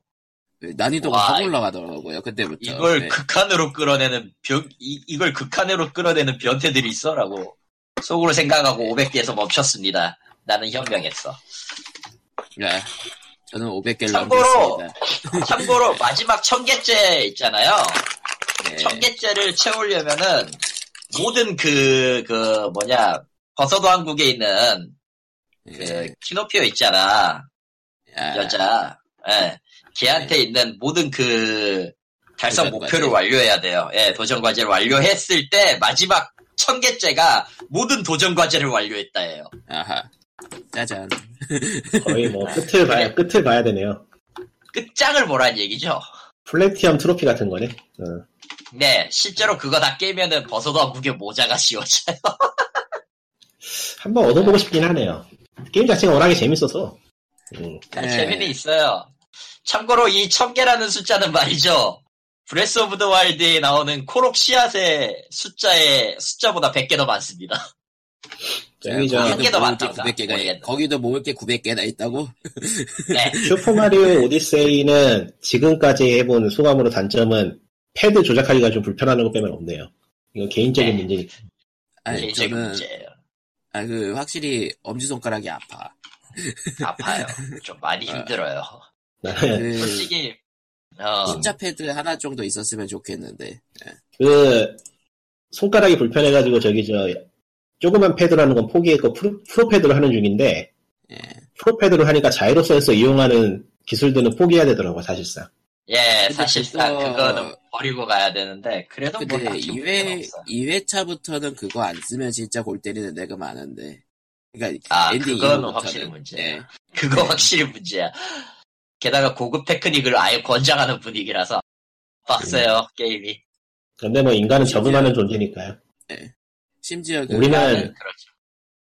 난이도가 와, 확 올라가더라고요. 그때부터. 이걸 네. 극한으로 끌어내는 변 이, 이걸 극한으로 끌어내는 변태들이 있어라고 속으로 생각하고 500개에서 멈췄습니다. 나는 현명했어. 네. 야, 저는 500개를 참고로- 넘겼습니다. 참고로 마지막 천 개째 있잖아요. 예. 천 개째를 채우려면은 모든 그 그 뭐냐 버서도 한국에 있는 예. 그 키노피오 있잖아. 아, 네. 여자, 예, 걔한테 있는 모든 그 달성 도전 목표를 과제. 완료해야 돼요. 예, 도전 과제를 완료했을 때 마지막 천 개째가 모든 도전 과제를 완료했다예요. 아하. 짜잔. 거의 뭐 끝을 봐야 끝을 봐야 되네요. 끝장을 보란 얘기죠. 플래티엄 트로피 같은 거네. 어. 네, 실제로 그거 다 깨면은 버섯왕 국의 모자가 씌워져요. 한번 얻어보고 싶긴 하네요. 게임 자체가 워낙에 재밌어서. 음. 예. 재미는 있어요. 참고로 이 천 개라는 숫자는 말이죠. 브레스 오브 더 와일드에 나오는 코록 씨앗의 숫자의 숫자보다 100개 더 많습니다. 저기 저 한 거기도 개도 모을 게 많다고 900개가 모르겠네. 거기도 모을 게 900개나 있다고? 네. 슈퍼마리오 오디세이는 지금까지 해본 소감으로 단점은 패드 조작하기가 좀 불편한 것 빼면 없네요. 이건 개인적인 네. 문제니. 아니, 개인적인 저는 문제예요. 아, 그 확실히 엄지 손가락이 아파. 아파요. 좀 많이 힘들어요. 네, 나는 그 솔직히 어, 숫자 패드 하나 정도 있었으면 좋겠는데. 그 손가락이 불편해가지고 저기 저 조그만 패드라는 건 포기했고 프로, 프로 패드로 하는 중인데 예. 프로 패드로 하니까 자이로 센서 이용하는 기술들은 포기해야 되더라고 사실상. 예, 근데 사실상 그거- 그거는 버리고 가야 되는데 그래도 뭐 근데 딱히 문제는 2회, 없어. 2회차부터는 그거 안 쓰면 진짜 골 때리는 데가 많은데. 그러니까 아, 엔딩 그거는 이후부터는. 확실히 문제야. 예. 그거 확실히 문제야. 게다가 고급 테크닉을 아예 권장하는 분위기라서 음. 빡세요 게임이. 근데 뭐 인간은 진짜. 적응하는 존재니까요. 심지어 그 우리는 다음에- 그렇죠.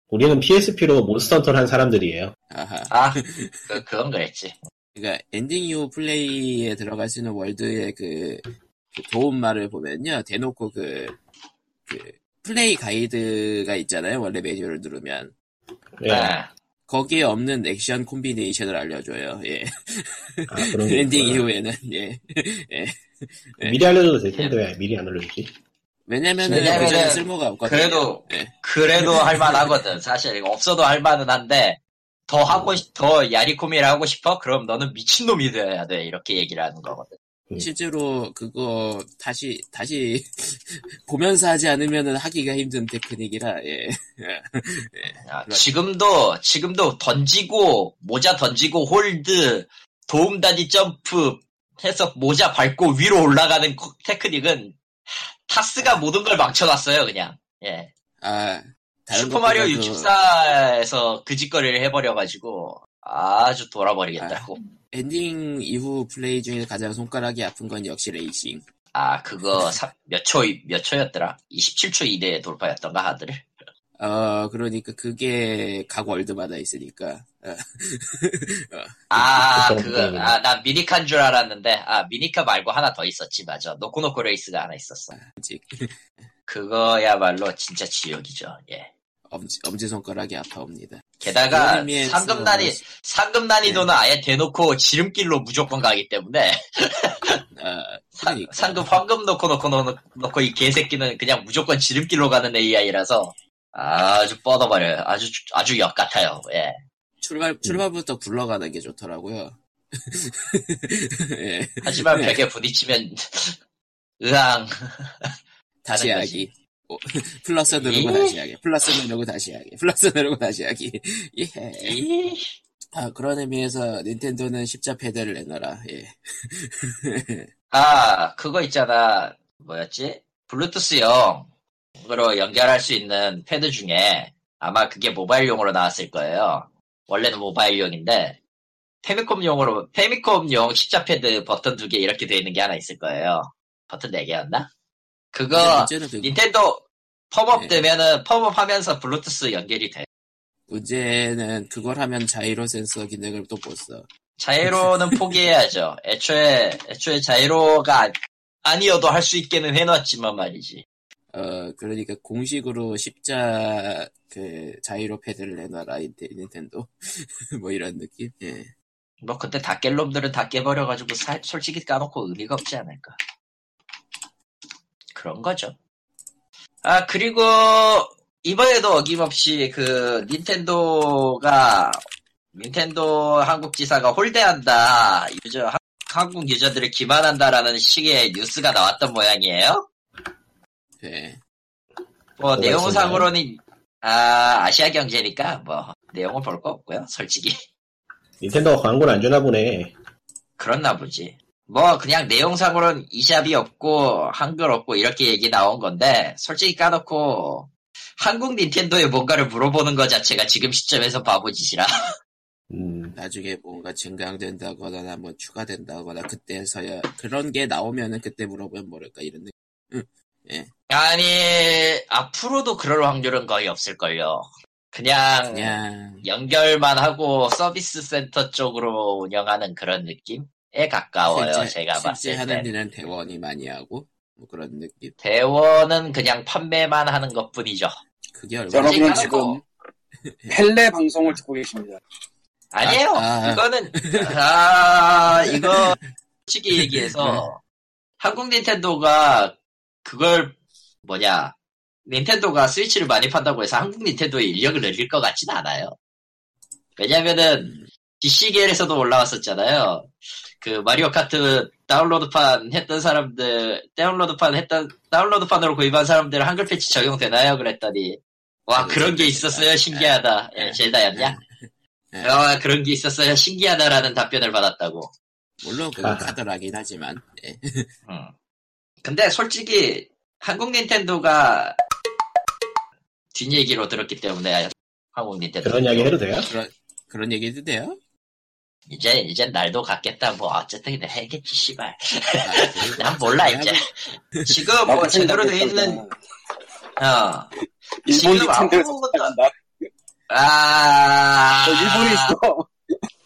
우리는 PSP로 몬스터헌터를 한 사람들이에요. 아하. 아, 그, 그건 그랬지. 그러니까 엔딩 이후 플레이에 들어갈 수 있는 월드의 그, 그 도움말을 보면요. 대놓고 그, 그 플레이 가이드가 있잖아요. 원래 메뉴를 누르면. 예. 아, 네. 거기에 없는 액션 콤비네이션을 알려줘요. 예. 아, 음, 그런 게 엔딩 있구나. 이후에는. 예. 미리 알려줘도 될 텐데 왜 미리 안 알려주지? 왜냐면은 왜냐면은 그전에 쓸모가 없거든요. 그래도 예. 그래도 할만하거든. 사실 이거 없어도 할만은 한데 더 음. 하고 싶- 더 야리코미를 하고 싶어? 그럼 너는 미친 놈이 되어야 돼 이렇게 얘기를 하는 거거든. 실제로 그거 다시 다시 보면서 하지 않으면은 하기가 힘든 테크닉이라 예. 아, 그래. 지금도 지금도 던지고 모자 던지고 홀드 도움다리 점프 해서 모자 밟고 위로 올라가는 코- 테크닉은 타스가 모든 걸 망쳐놨어요 그냥. 예. 아 다른 슈퍼마리오 것보다도- 64에서 그 짓거리를 해버려가지고 아주 돌아버리겠다고. 엔딩 이후 플레이 중에 가장 손가락이 아픈 건 역시 레이싱. 아, 그거 몇 초, 몇 초였더라? 27초 이내에 돌파였던가 하드를 어 그러니까 그게 각 월드마다 있으니까 어, 아, 그쵸, 그거, 그거는. 아, 난 미니카인 줄 알았는데, 아, 미니카 말고 하나 더 있었지, 맞아. 노코노코 레이스가 하나 있었어. 아직 그거야말로 진짜 지옥이죠, 예. 엄지, 엄지손가락이 아파옵니다. 그런 게다가 의미에서 상금 난이, 상금 난이도는 아예 대놓고 지름길로 무조건 가기 때문에, 아, 상- 그러니까. 상금 황금 놓고 놓고 놓고, 놓고 이 개새끼는 그냥 무조건 지름길로 가는 AI라서, 아주 뻗어버려요. 아주, 아주 역 같아요, 예. 출발 출발부터 굴러가는 게 좋더라고요. 예, 하지만 네. 벽에 부딪히면 으앙 다시 다른 하기. 오, 플러스 누르고 예? 다시 하기. 플러스 누르고 다시 하기. 플러스 누르고 다시 하기. 예. 이- 아, 그런 의미에서 닌텐도는 십자 패드를 내놔라. 예. 아 그거 있잖아 뭐였지 블루투스용으로 연결할 수 있는 패드 중에 아마 그게 모바일용으로 나왔을 거예요 원래는 모바일용인데 페미컴용으로 페미컴용 십자 패드 버튼 두 개 이렇게 돼 있는 게 하나 있을 거예요 버튼 네 개였나 근데 그거 문제는 그, 닌텐도 펌업 예. 되면은 펌업 하면서 블루투스 연결이 돼 문제는 그걸 하면 자이로 센서 기능을 또 못 써. 자이로는 포기해야죠. 애초에, 애초에 자이로가 아, 니어도 할 수 있게는 해놨지만 말이지. 어, 그러니까 공식으로 십자 그 자이로 패드를 내놔라 닌테- 닌텐도 뭐 이런 느낌. 예. 뭐, 그때 다 깰 놈들은 다 깨버려가지고 사- 솔직히 까놓고 의미가 없지 않을까. 그런 거죠. 아, 그리고, 이번에도 어김없이 그, 닌텐도가, 닌텐도 한국지사가 홀대한다, 유저, 한- 한국 유저들을 기만한다라는 식의 뉴스가 나왔던 모양이에요. 예. 뭐 뭐가 내용상으로는 아 아시아 경제니까 뭐 내용은 볼 거 없고요 솔직히 닌텐도가 광고를 안 주나 보네. 그렇나 보지 뭐 그냥 내용상으로는 이샵이 없고 한글 없고 이렇게 얘기 나온 건데 솔직히 까놓고 한국 닌텐도에 뭔가를 물어보는 것 자체가 지금 시점에서 바보짓이라 음, 나중에 뭔가 증강된다거나 뭐 추가된다거나 그때서야 그런 게 나오면은 그때 물어보면 모를까 이런 느낌. 아니 앞으로도 그럴 확률은 거의 없을걸요 그냥, 예. 그냥 연결만 하고 서비스 센터 쪽으로 운영하는 그런 느낌에 가까워요 실제, 제가 실제 봤을 때 하는 일은 대원이 많이 하고 뭐 그런 느낌. 대원은 그냥 판매만 하는 것 뿐이죠. 그게 얼마나 여러분은 솔직히 지금 펠레 방송을 듣고 계십니다. 아니에요. 아, 아. 이거는, 아, 이거, 솔직히 얘기해서, 한국 닌텐도가 그걸, 뭐냐, 닌텐도가 스위치를 많이 판다고 해서 한국 닌텐도의 인력을 늘릴 것 같진 않아요. 왜냐면은, DC계에서도 올라왔었잖아요. 그, 마리오 카트 다운로드판 했던 사람들, 다운로드판 했던, 다운로드판으로 구입한 사람들 한글 패치 적용되나요? 그랬더니, 와, 그런 게 있었어요. 신기하다. 네. 네. 어, 예, 젤다였냐? 아, 그런 게 있었어요. 신기하다라는 답변을 받았다고. 물론 그건 카드라긴 하지만 예. 음. 근데 솔직히 한국 닌텐도가 뒷얘기로 들었기 때문에 한국 닌텐도 그런 이야기 해도 돼요? 그런 그런 얘기도 돼요? 이제 이제 날도 갔겠다 뭐 어쨌든 근데 해겠지 씨발 아, 그리고 난 몰라 이제 지금 뭐 제대로 돼 있는 어 일본 지금 닌텐도에서 아무것도 안- 나 아 저 일본에 있어.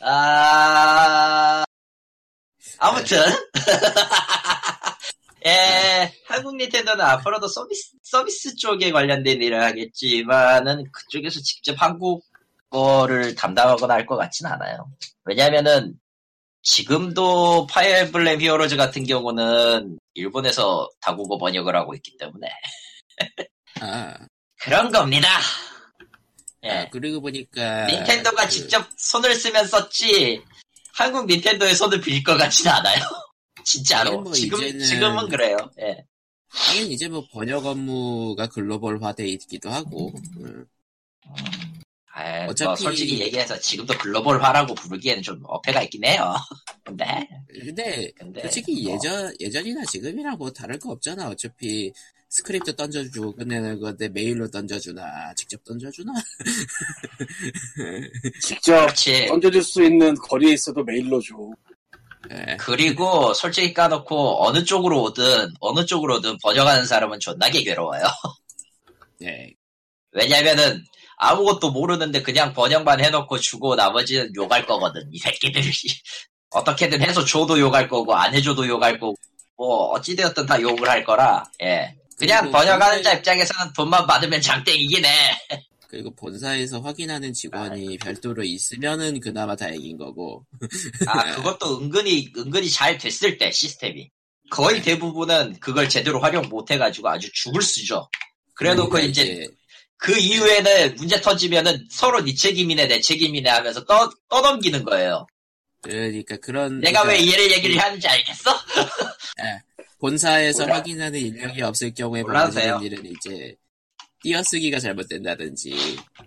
아 아무튼 예 한국 닌텐도는 앞으로도 서비스 서비스 쪽에 관련된 일을 하겠지만은 그쪽에서 직접 한국 거를 담당하거나 할 것 같진 않아요. 왜냐면은 지금도 파이어 엠블렘 히어로즈 같은 경우는 일본에서 다국어 번역을 하고 있기 때문에 아, 그런 겁니다. 예. 아, 그리고 보니까 닌텐도가 그- 직접 손을 쓰면 썼지 한국 닌텐도의 손을 빌 것 같지는 않아요. 진짜로. 아니, 뭐 지금 이제는- 지금은 그래요. 예. 하긴 이제 뭐 번역 업무가 글로벌화돼 있기도 하고 음, 아, 어차피- 뭐 솔직히 얘기해서 지금도 글로벌화라고 부르기에는 좀 어폐가 있긴 해요. 근데 근데 근데 솔직히 뭐, 예전 예전이나 지금이랑 뭐 다를 거 없잖아 어차피 스크립트 던져주고 끝내는 건데 메일로 던져주나 직접 던져주나 직접 그렇지. 던져줄 수 있는 거리에 있어도 메일로 줘. 예. 그리고 솔직히 까놓고 어느 쪽으로 오든 어느 쪽으로 오든 번역하는 사람은 존나게 괴로워요. 예. 왜냐면은 아무것도 모르는데 그냥 번역만 해놓고 주고 나머지는 욕할 거거든 이 새끼들이 어떻게든 해서 줘도 욕할 거고 안 해줘도 욕할 거고 뭐 어찌되었든 다 욕을 할 거라 예 그냥 그리고 번역하는 근데- 자 입장에서는 돈만 받으면 장땡이긴 해 그리고 본사에서 확인하는 예. 직원이 별도로 있으면은 그나마 다행인 거고 아, 네. 그것도 은근히, 은근히 잘 됐을 때, 시스템이. 네. 거의 대부분은 그걸 제대로 활용 못 해가지고 아주 죽을 수죠. 그래놓고 그러니까 이제 그 이후에는 문제 터지면은 서로 네 책임이네 내 책임이네 하면서 떠, 떠넘기는 거예요. 그러니까 그런 내가 그러니까 왜 얘를 얘기를 하는지 알겠어? 본사에서 몰라. 확인하는 인력이 없을 경우에 몰라도 벌어지는 돼요. 일은 이제 띄어쓰기가 잘못된다든지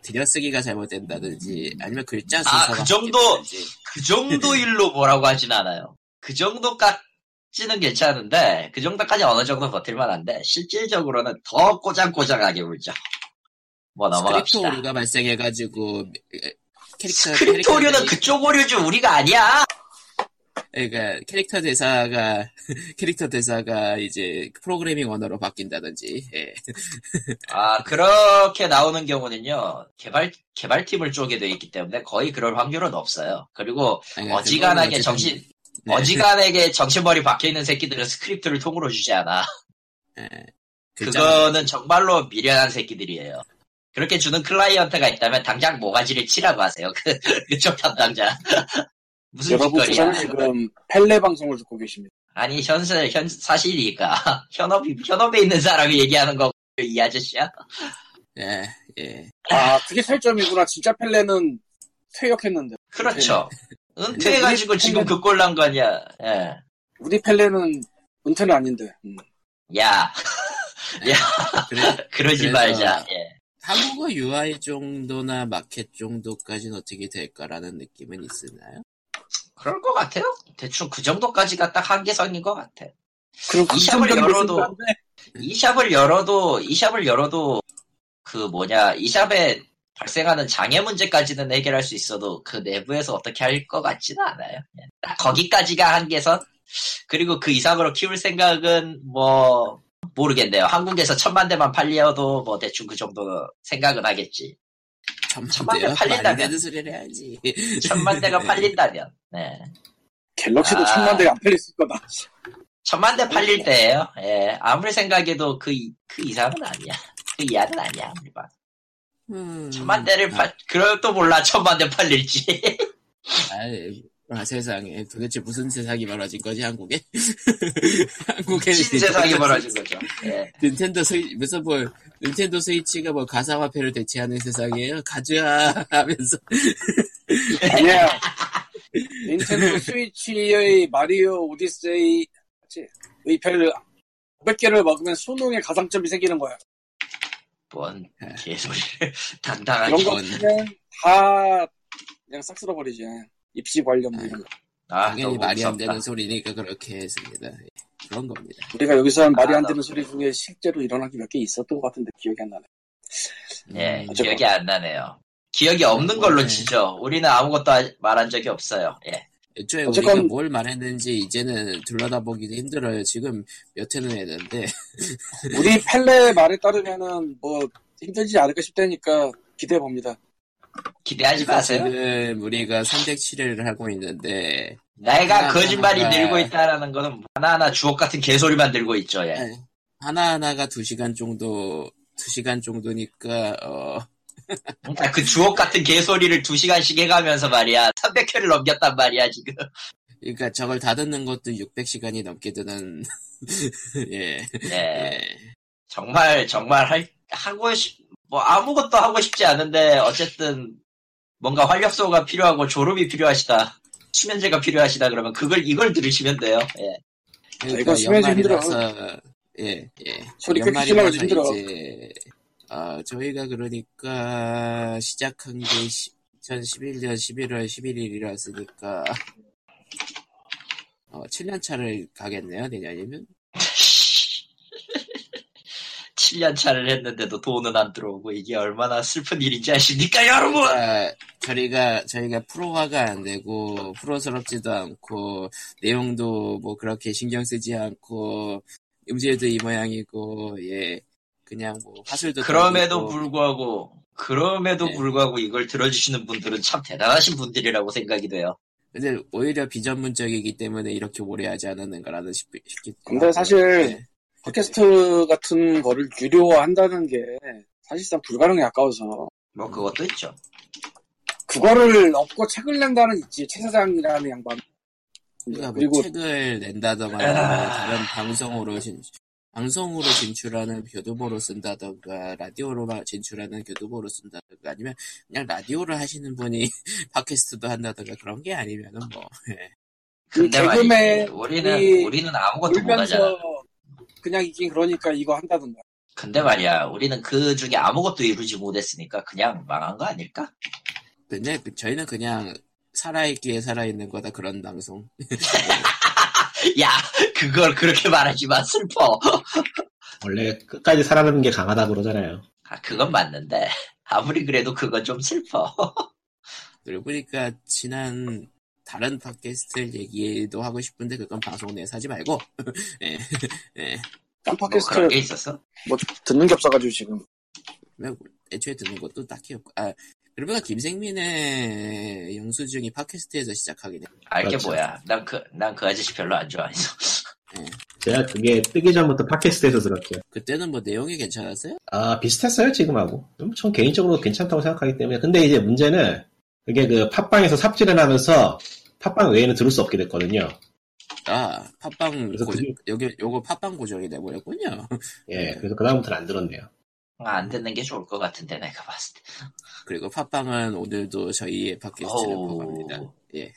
들여쓰기가 잘못된다든지 아니면 글자 아, 순서가 그 정도! 바뀌었다든지. 그 정도 네. 일로 뭐라고 하진 않아요. 그 정도까지는 괜찮은데, 그 정도까지 어느 정도 버틸만한데, 실질적으로는 더 꼬장꼬장하게 울죠. 뭐 스크립트 넘어갑시다. 오류가 발생해가지고 에, 캐릭터 스크립트 캐릭터 오류는 대사- 그쪽 오류지 우리가 아니야. 그러니까 캐릭터 대사가 캐릭터 대사가 이제 프로그래밍 언어로 바뀐다든지 예. 아 그렇게 나오는 경우는요 개발 개발팀을 쪼개 돼 있기 때문에 거의 그럴 확률은 없어요. 그리고 그러니까 어지간하게 그거는 정신 어쨌든- 네. 어지간하게 정신머리 박혀 있는 새끼들은 스크립트를 통으로 주지 않아. 예. 글자 그거는 정말로 미련한 새끼들이에요. 그렇게 주는 클라이언트가 있다면 당장 모가지를 치라고 하세요. 그, 그쪽 담당자. 무슨 여러분 그 짓거리야. 저는 지금 펠레 방송을 듣고 계십니다. 아니 현실 현 사실이니까 현업 현업에 있는 사람이 얘기하는 거고 이 아저씨야. 예, 예. 아 그게 설점이구나. 진짜 펠레는 퇴역했는데 그렇죠. 은퇴해가지고 지금 그 꼴 난 거냐. 예. 우리 펠레는 은퇴는 아닌데. 음. 야, 그래, 그러지 그래서- 말자. 예. 한국어 UI 정도나 마켓 정도까지는 어떻게 될까라는 느낌은 있으나요? 그럴 것 같아요. 대충 그 정도까지가 딱 한계선인 것 같아. 그럼 그 이 샵을 정도는 열어도- 됐을 건데. 이 샵을 열어도, 이 샵을 열어도, 그 뭐냐, 이 샵에 발생하는 장애 문제까지는 해결할 수 있어도 그 내부에서 어떻게 할 것 같지는 않아요. 예. 거기까지가 한계선? 그리고 그 이상으로 키울 생각은 뭐, 모르겠네요. 한국에서 천만 대만 팔려도 뭐 대충 그 정도 생각은 하겠지. 천만 대 천만대요? 팔린다면. 말이 되는 소리를 해야지. 천만 대가 팔린다면, 네. 갤럭시도 아. 천만 대가 안 팔렸을 거다. 천만 대 팔릴 때예요. 예, 아무리 생각해도 그, 이- 그 이상은 아니야. 그 이하는 아니야, 우리 봐. 음, 천만 대를 팔, 그럴 또 몰라, 천만 대 팔릴지. 아이, 아, 세상에. 도대체 무슨 세상이 벌어진 거지, 한국에? 한국에. 신세상이 벌어진 거죠. 예. 닌텐도 스위, 무슨 뭘, 닌텐도 스위치가 뭐 가상화폐를 대체하는 세상이에요? 가자! 하면서. 아니야. 닌텐도 스위치의 마리오 오디세이 의 별을 500개를 먹으면 수능에 가상점이 생기는 거야. 뭔 예. 개소리를 당당하게. 그런 거 이건- 그냥 다 그냥 싹 쓸어버리지. 입시 관련 뭐 이런 거. 아, 당연히 너무 말이 안 무섭다. 되는 소리니까 그렇게 했습니다. 예, 그런 겁니다. 우리가 여기서 한 말이 아, 안 나도 되는 소리 중에 실제로 일어난 게 몇 개 있었던 것 같은데 기억이 안 나네. 예, 음, 기억이 안 나네요. 기억이 없는 걸로 네. 치죠. 우리는 아무것도 하- 말한 적이 없어요. 예. 애초에 어쨌건- 우리가 뭘 말했는지 이제는 둘러다보기도 힘들어요. 지금 몇 회는 했는데 우리 펠레 말에 따르면은 뭐 힘들지 않을까 싶다니까 기대해 봅니다. 기대하지 그렇죠. 마세요. 지금 우리가 307회를 하고 있는데 내가 하나하나 거짓말이 하나하나. 늘고 있다라는 거는 하나하나 주옥 같은 개소리만 늘고 있죠. 예. 네. 하나하나가 2시간 정도 2시간 정도니까 어, 그러니까 그 주옥 같은 개소리를 두 시간씩 해가면서 말이야. 300회를 넘겼단 말이야 지금. 그러니까 저걸 다 듣는 것도 600시간이 넘게 드는 예. 네. 예. 정말 정말 할 하고 싶뭐 아무것도 하고 싶지 않은데 어쨌든 뭔가 활력소가 필요하고 졸음이 필요하시다. 수면제가 필요하시다 그러면 그걸 이걸 들으시면 돼요. 예. 그러니까 심해서 힘들어. 연말이라서 예, 예. 소리 끊기 연말이라서 심하게 힘들어. 이제 아, 저희가 그러니까 시작한 게 2011년 11월 11일이라서니까 어, 7년 차를 가겠네요 내년이면. 7년 차를 했는데도 돈은 안 들어오고 이게 얼마나 슬픈 일인지 아십니까 여러분? 아, 저희가 저희가 프로화가 안 되고 프로스럽지도 않고 내용도 뭐 그렇게 신경 쓰지 않고 음질도 이 모양이고 예 그냥 뭐 네. 화술도 그럼에도 떨리고. 불구하고 그럼에도 네. 불구하고 이걸 들어주시는 분들은 참 대단하신 분들이라고 생각이 돼요. 근데 오히려 비전문적이기 때문에 이렇게 오래 하지 않았는 거라는 싶기 네. 근데 사실 팟캐스트 같은 거를 유료화한다는 게 사실상 불가능에 가까워서 뭐 그것도 있죠. 그거를 업고 책을 낸다는 있지 최 사장이라는 양반 우리가 뭐 그리고 책을 낸다던가 아니면 다른 방송으로 진 방송으로 진출하는 교두보로 쓴다던가 라디오로 마- 진출하는 교두보로 쓴다던가 아니면 그냥 라디오를 하시는 분이 팟캐스트도 한다던가 그런 게 아니면은 뭐 예. 그 근데 말이지, 뭐 개그맨이 우리는 우리는 아무것도 못하잖아. 울면서 그냥 있긴 그러니까 이거 한다던가 근데 말이야, 우리는 그 중에 아무것도 이루지 못했으니까 그냥 망한 거 아닐까? 근데 그- 저희는 그냥 살아있기에 살아있는 거다 그런 방송 야, 그걸 그렇게 말하지 마, 슬퍼. 원래 끝까지 살아남는 게 강하다고 그러잖아요. 아, 그건 맞는데. 아무리 그래도 그건 좀 슬퍼. 뭐 그리고 보니까 지난 다른 팟캐스트 얘기도 하고 싶은데 그건 방송 내에서 하지 말고 예. 예. 딴 뭐 팟캐스트 그런 게 있었어? 뭐 듣는 게 없어가지고 지금 왜 애초에 듣는 것도 딱히 없고 아 그러면 김생민의 영수증이 팟캐스트에서 시작하긴 해. 알게 그렇죠. 아, 뭐야. 난 그, 난 그 아저씨 별로 안 좋아해서. 제가 그게 뜨기 전부터 팟캐스트에서 들었죠. 그때는 뭐 내용이 괜찮았어요? 아, 비슷했어요, 지금하고. 좀, 전 개인적으로 괜찮다고 생각하기 때문에. 근데 이제 문제는, 그게 그 팟빵에서 삽질을 하면서, 팟빵 외에는 들을 수 없게 됐거든요. 아 팟빵 그래서 고 그게- 여기 요거 팟빵 고정이 돼버렸군요. 예, 그래서 그다음부터는 안 들었네요. 아, 안 듣는 게 좋을 것 같은데, 내가 봤을 때. 그리고 팝빵은 오늘도 저희의 팟캐스트를 어우. 보갑니다. 예.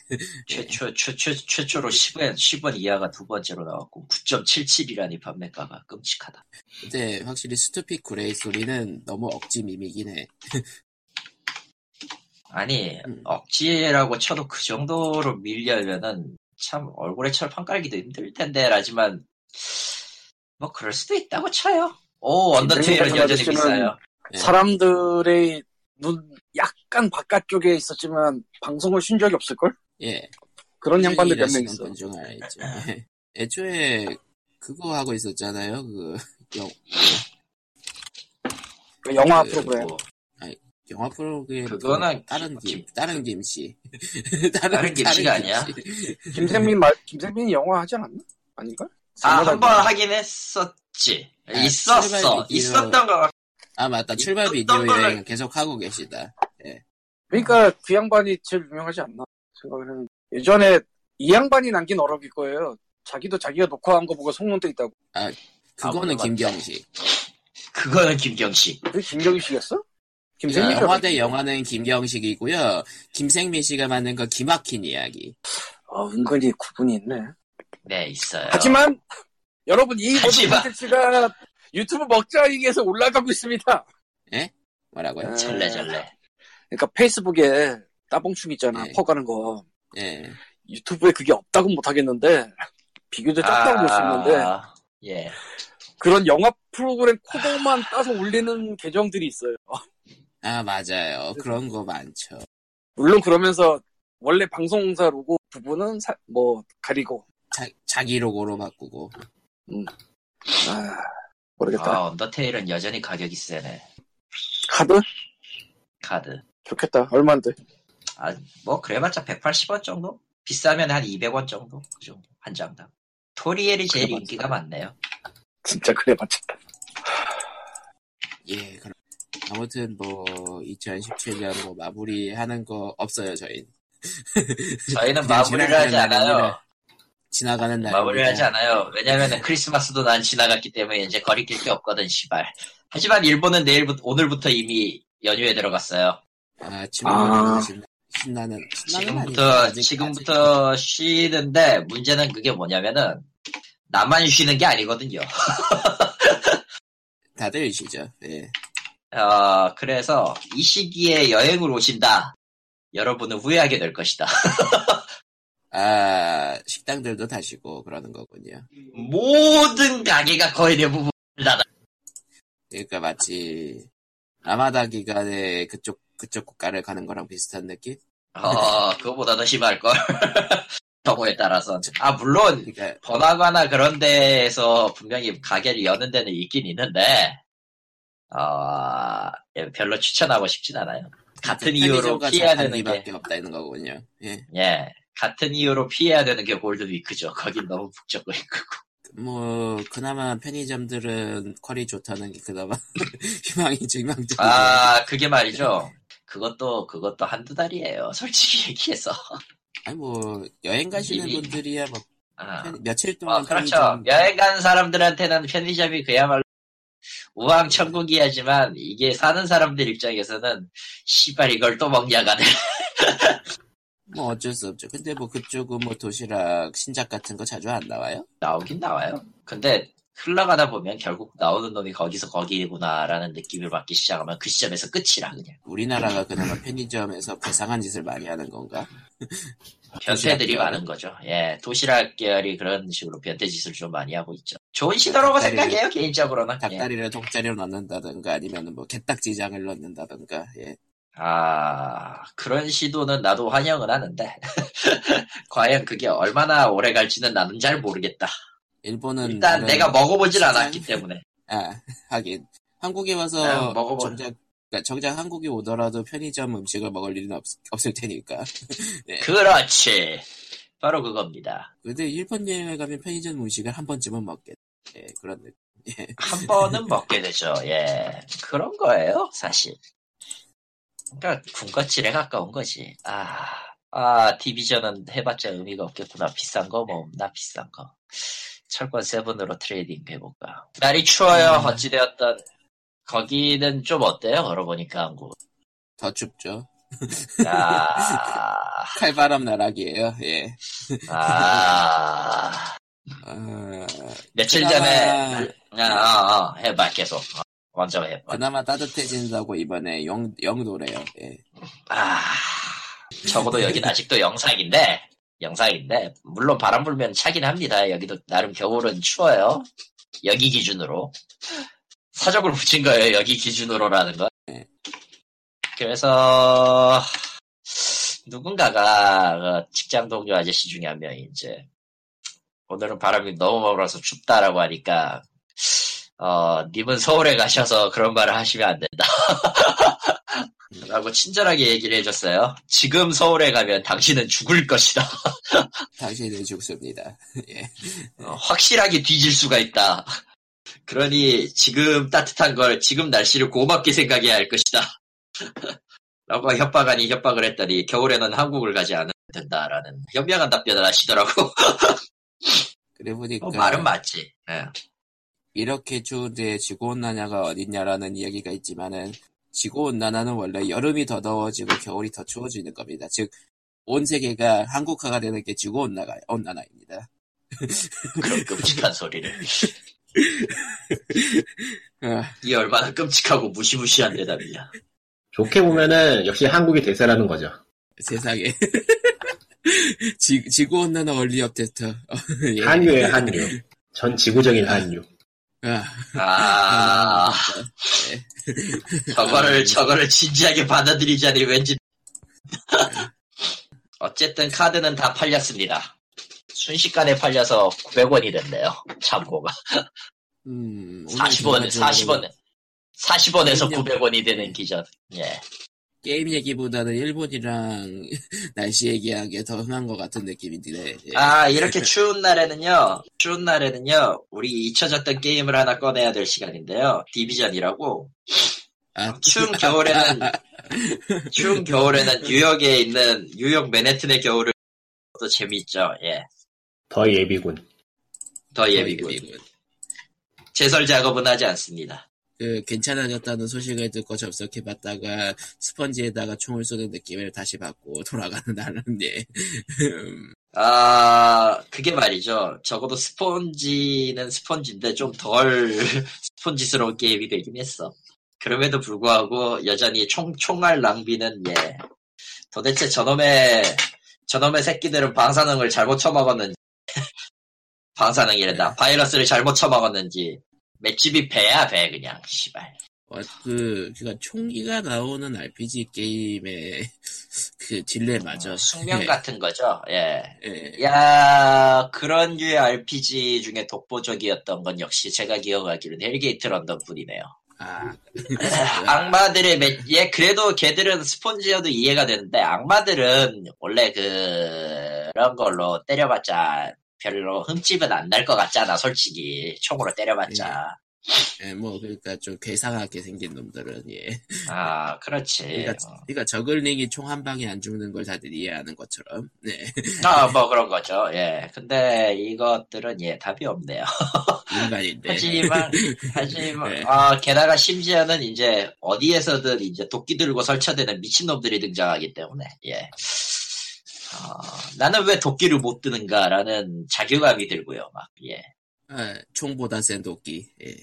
최초, 최초, 최초로 10원, 10원 이하가 두 번째로 나왔고, 9.77이라니 판매가가 끔찍하다. 근데 확실히 스투픽 구레이 소리는 너무 억지 미미긴 해. 아니, 음. 억지라고 쳐도 그 정도로 밀려면은 참 얼굴에 철판 깔기도 힘들 텐데, 라지만, 뭐, 그럴 수도 있다고 쳐요. 오, 언더테일은 인생에서 여전히 아저씨는- 비싸요. 네. 사람들의 눈 약간 바깥쪽에 있었지만 방송을 쉰 적이 없을걸? 예. 그런 양반들 예, 몇 명 일하시는 있어. 분중 알죠. 예. 애초에 그거 하고 있었잖아요. 그 영, 그 영화 그- 프로그램. 뭐, 영화 프로그램 그거는 다른 김- 김 다른 김씨 다른 김씨가 아니야? 김씨. 예. 김생민 말, 김생민이 영화 하지 않았나? 아닌가? 아, 한 번 하긴 했었지. 아, 있었어. 출발 비디오. 있었던 거 같아. 아 맞다 출발 비디오 어떤 걸로 여행 계속 하고 계시다 그러니까 그 양반이 제일 유명하지 않나 생각을 했는데 예전에 이 양반이 남긴 어록일 거예요. 자기도 자기가 녹화한 거 보고 속눈 때 있다고. 그거는 맞다. 김경식 그거는 김경식. 그게 김경희 씨였어? 김생민 영화 씨였어? 대 영화는 김경식이고요 김생민 씨가 만든 거 기막힌 이야기 어, 은근히 구분이 있네. 네, 있어요. 하지만 여러분 이 모든 하지만. 콘텐츠가 유튜브 먹자위기에서 올라가고 있습니다. 아. 뭐라고요? 절레절레. 그러니까 페이스북에 따봉충 있잖아. 예. 퍼가는 거. 예 유튜브에 그게 없다고 못하겠는데 비교도 적다고 볼 수 있는데 아, 예. 그런 영화 프로그램 코드만 따서 올리는 계정들이 있어요. 아, 맞아요. 그런 거 많죠. 물론 그러면서 원래 방송사 로고 부분은 사- 뭐 가리고 자, 자기 로고로 바꾸고. 아, 모르겠다. 아, 언더테일은 여전히 가격이 세네. 카드 카드. 좋겠다. 얼마인데? 아, 뭐 그래봤자 180원 정도? 비싸면 한 200원 정도? 그 정도. 한 장당. 토리엘이 제일 그래봤자. 인기가 많네요. 진짜 그래 맞췄다. 예, 그럼. 아무튼 뭐 2017년 뭐 마무리하는 거 없어요, 저희. 저희는 그냥 마무리를 지나가는 하지 않아요. 날입니다. 지나가는 날. 마무리를 하지 않아요. 왜냐면은 크리스마스도 난 지나갔기 때문에 이제 거리낄 게 없거든, 시발. 하지만 일본은 내일부터, 오늘부터 이미 연휴에 들어갔어요. 아, 아. 지금부터 신나- 신나는 신나는 아니죠. 지금부터, 아직- 아직- 지금부터 쉬는데 문제는 그게 뭐냐면은 나만 쉬는 게 아니거든요. 다들 쉬죠. 예. 어, 그래서 이 시기에 여행을 오신다. 여러분은 후회하게 될 것이다. 아, 식당들도 다 쉬고 그러는 거군요. 모든 가게가 거의 대부분 닫아. 그러니까 마치 라마다 기간에 그쪽 그쪽 국가를 가는 거랑 비슷한 느낌? 어, 그거보다 더 심할걸. 경우에 따라서. 아, 물론, 그러니까 번화가나 그런 데에서 분명히 가게를 여는 데는 있긴 있는데, 어, 예, 별로 추천하고 싶진 않아요. 같은 이유로 그 편의점과 피해야 자판기 되는 게, 밖에 없다 이런 거군요. 예. 예, 같은 이유로 피해야 되는 게 골드위크죠. 거긴 너무 북적거리고. 뭐 그나마 편의점들은 퀄이 좋다는 게 그나마 희망이 증명적이고 아, 그게 말이죠. 그것도, 그것도 한두 달이에요. 솔직히 얘기해서. 아니 뭐 여행 가시는 이미- 분들이야 뭐 아. 편- 며칠 동안 어, 그렇죠. 편의점 여행 간 사람들한테는 편의점이 그야말로 우왕천국이야지만 이게 사는 사람들 입장에서는 씨발 이걸 또 먹냐가네. 뭐 어쩔 수 없죠. 근데 뭐 그쪽은 뭐 도시락 신작 같은 거 자주 안 나와요? 나오긴 나와요. 근데 흘러가다 보면 결국 나오는 놈이 거기서 거기구나라는 느낌을 받기 시작하면 그 시점에서 끝이라 그냥. 우리나라가 그나마 편의점에서 배상한 짓을 많이 하는 건가? 변태들이 도시락 많은 거죠. 예, 도시락 계열이 그런 식으로 변태 짓을 좀 많이 하고 있죠. 좋은 시도라고 닭다리를- 생각해요 개인적으로는. 예. 닭다리를 독자리로 넣는다든가 아니면 뭐 개딱지장을 넣는다든가 예. 아, 그런 시도는 나도 환영은 하는데, 과연 그게 얼마나 오래 갈지는 나는 잘 모르겠다. 일본은 일단 나름- 내가 먹어보질 시장- 않았기 때문에. 아 하긴 한국에 와서 네, 먹어봐. 정작 그러니까 정작 한국에 오더라도 편의점 음식을 먹을 일은 없, 없을 테니까 그렇지. 바로 그겁니다. 근데 일본 여행을 가면 편의점 음식을 한 번쯤은 먹겠 예 그런 느낌 한 번은 먹게 되죠. 예. 그런 거예요, 사실. 그러니까 군것질에 가까운 거지. 아, 아, 디비전은 해봤자 의미가 없겠구나. 비싼 거 뭐, 나 비싼 거. 철권 세븐으로 트레이딩 해볼까. 날이 추워요. 음. 어찌되었던. 거기는 좀 어때요? 걸어보니까 한국. 더 춥죠 아, 칼바람 나락이에요 예 아. 아, 며칠 그나마- 전에 아, 아, 아, 해봐 계속 어, 먼저 해봐 그나마 따뜻해진다고 이번에 영 영도래요 예 아 적어도 여긴 아직도 영상인데 영상인데 물론 바람 불면 차긴 합니다 여기도 나름 겨울은 추워요 여기 기준으로 사적을 붙인 거예요 여기 기준으로라는 건 그래서 누군가가 그 직장 동료 아저씨 중에 한 명이 이제 오늘은 바람이 너무 멀어서 춥다라고 하니까 어 님은 서울에 가셔서 그런 말을 하시면 안 된다 라고 친절하게 얘기를 해줬어요 지금 서울에 가면 당신은 죽을 것이다 당신은 죽습니다 어, 확실하게 뒤질 수가 있다 그러니 지금 따뜻한 걸 지금 날씨를 고맙게 생각해야 할 것이다 라고 협박하니 협박을 했더니 겨울에는 한국을 가지 않으면 된다라는 현명한 답변을 하시더라고 그래 보니까 어, 말은 맞지 예. 이렇게 추운데 지구온난화가 어딨냐라는 이야기가 있지만은 지구온난화는 원래 여름이 더 더워지고 겨울이 더 추워지는 겁니다. 즉 온 세계가 한국화가 되는 게 지구온난화 온난화입니다. 그런 끔찍한 소리를 아, 이 얼마나 끔찍하고 무시무시한 대답이냐 좋게 보면은 역시 한국이 대세라는 거죠. 세상에 지, 지구온난화 얼리 업데이터. 어, 예. 한류에 한류. 전 지구적인 한류. 아, 아, 네. 저거를, 저거를 진지하게 받아들이자니 왠지. 어쨌든 카드는 다 팔렸습니다. 순식간에 팔려서 900원이 됐네요. 참고가. 음, 오늘 네, 40원, 전반적으로 40원, 40원에서 그냥- 900원이 되는 기전. 예. 네. 게임 얘기보다는 일본이랑 날씨 얘기한 게 더 흔한 것 같은 느낌인데. 예. 아, 이렇게 추운 날에는요, 추운 날에는요, 우리 잊혀졌던 게임을 하나 꺼내야 될 시간인데요. 디비전이라고. 아, 추운 겨울에는, 추운 겨울에는 뉴욕에 있는, 뉴욕 맨해튼의 겨울을 또 재미있죠. 예. 더 예비군. 더 그러니까 예비군. 제설 작업은 하지 않습니다. 그 괜찮아졌다는 소식을 듣고 접속해봤다가 스펀지에다가 총을 쏘는 느낌을 다시 받고 돌아가는 나라인데 음, 아, 그게 말이죠. 적어도 스폰지는 스폰지인데 좀 덜 스폰지스러운 게임이 되긴 했어. 그럼에도 불구하고 여전히 총, 총알 낭비는 예. 도대체 저놈의, 저놈의 새끼들은 방사능을 잘못 쳐먹었는지, 방사능이란다. 바이러스를 잘못 쳐먹었는지, 맷집이 배야, 배, 그냥, 씨발. 어, 그 그니까 총기가 나오는 RPG 게임의 그 딜레마죠. 어, 숙명 예, 같은 거죠, 예. 예. 야 그런 류의 RPG 중에 독보적이었던 건 역시 제가 기억하기로는 헬게이트 런던 뿐이네요. 아, 악마들의 매, 예 그래도 걔들은 스폰지여도 이해가 되는데 악마들은 원래 그- 그런 걸로 때려봤자 별로 흠집은 안 날 것 같잖아 솔직히 총으로 때려봤자 예, 뭐 그러니까 좀 괴상하게 생긴 놈들은 예. 아 그렇지 그러니까, 그러니까 저글링이 총 한 방에 안 죽는 걸 다들 이해하는 것처럼 네. 아 뭐 그런 거죠 예 근데 이것들은 예 답이 없네요. 인간인데. 하지만 하지만 네. 아 게다가 심지어는 이제 어디에서든 이제 도끼 들고 설치되는 미친 놈들이 등장하기 때문에 예. 어, 나는 왜 도끼를 못 드는가라는 자괴감이 들고요 막 예. 아, 총보다 센 도끼. 예.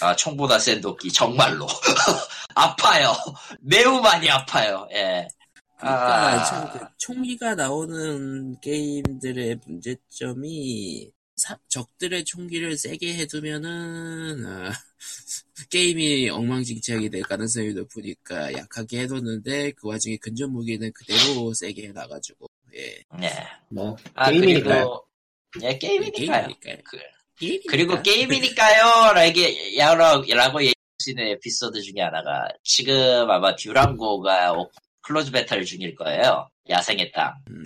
아 총보다 센 도끼 정말로 아파요 매우 많이 아파요 예. 그러니까 아. 참그 총기가 나오는 게임들의 문제점이 사- 적들의 총기를 세게 해두면은 아, 게임이 엉망진창이 될 가능성이 높으니까 약하게 해뒀는데 그 와중에 근접 무기는 그대로 세게 해놔가지고 예 예. 뭐 아 게임이니까요. 그리고 예 게임이니까요 게임이니까요. 그- 게임이니까. 그리고 게임이니까요. 라게, 야라, 라고 얘기하시는 에피소드 중에 하나가 지금 아마 듀랑고가 오- 클로즈 베타를 중일 거예요. 야생의 땅. 음.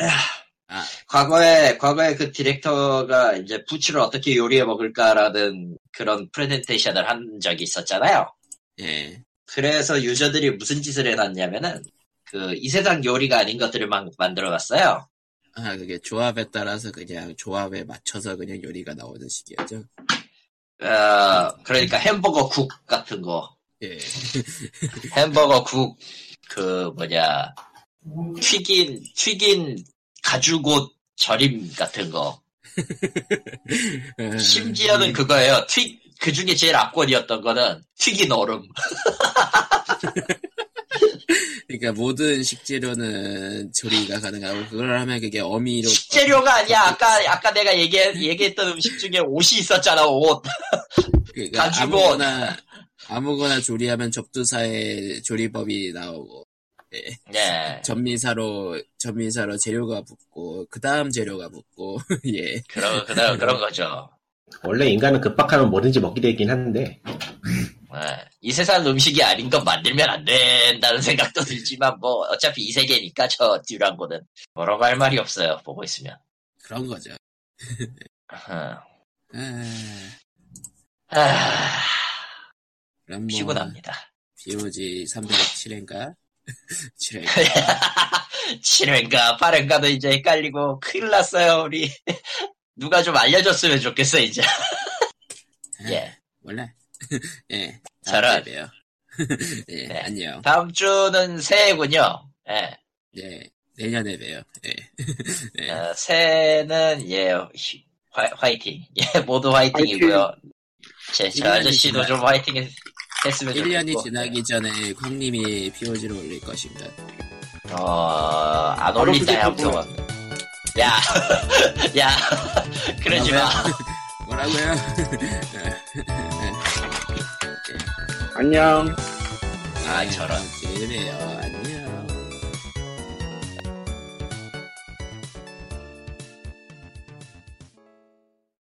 과거에, 과거에 그 디렉터가 이제 부추를 어떻게 요리해 먹을까라는 그런 프레젠테이션을 한 적이 있었잖아요. 예. 그래서 유저들이 무슨 짓을 해놨냐면은 그 이 세상 요리가 아닌 것들을 막 만들어 놨어요. 아 그게 조합에 따라서 그냥 조합에 맞춰서 그냥 요리가 나오는 식이었죠. 어, 그러니까 햄버거 국 같은 거. 예. 햄버거 국, 그, 뭐냐, 튀긴, 튀긴 가죽옷 절임 같은 거. 음. 심지어는 그거예요. 튀, 그 중에 제일 악권이었던 거는 튀긴 얼음. 그러니까 모든 식재료는 조리가 가능하고 그걸 하면 그게 어미로 식재료가 아니야. 아까, 아까 내가 얘기, 얘기했던 음식 중에 옷이 있었잖아, 옷. 그러니까 가지고- 아무거나 아무거나 조리하면 접두사의 조리법이 나오고 네. 전미사로 전미사로 재료가 붙고 그 다음 재료가 붙고 예 그런, 그런, 그런 거죠. 원래 인간은 급박하면 뭐든지 먹게 되긴 한데 네. 이 세상 음식이 아닌 건 만들면 안 된다는 생각도 들지만, 뭐, 어차피 이 세계니까, 저 듀랑고는. 뭐라고 할 말이 없어요, 보고 있으면. 그런 거죠. 어. 아, 아, 그럼 뭐 피곤합니다. BOG 307인가 7회 7회인가 8회인가도 이제 헷갈리고 큰일 났어요 우리 누가 좀 알려줬으면 좋겠어 이제 네. 예 몰라 예 저런. 다음 주에 봬요 예 네. 안녕 다음 주는 새해군요 예 예 내년에 봬요 예 네. 어, 새해는 예 휘- 화, 이팅 예 모두 화이팅이고요 제, 저 일년이 아저씨도 지나- 좀 화이팅 했- 했으면 좋겠고 1년이 지나기 전에 광님이 POG를 올릴 것입니다. 어, 어안 올린다 함성은 야, 야, 그러지 마. 뭐라고요? 안녕. 아, 저런. 아, 이래요. 안녕.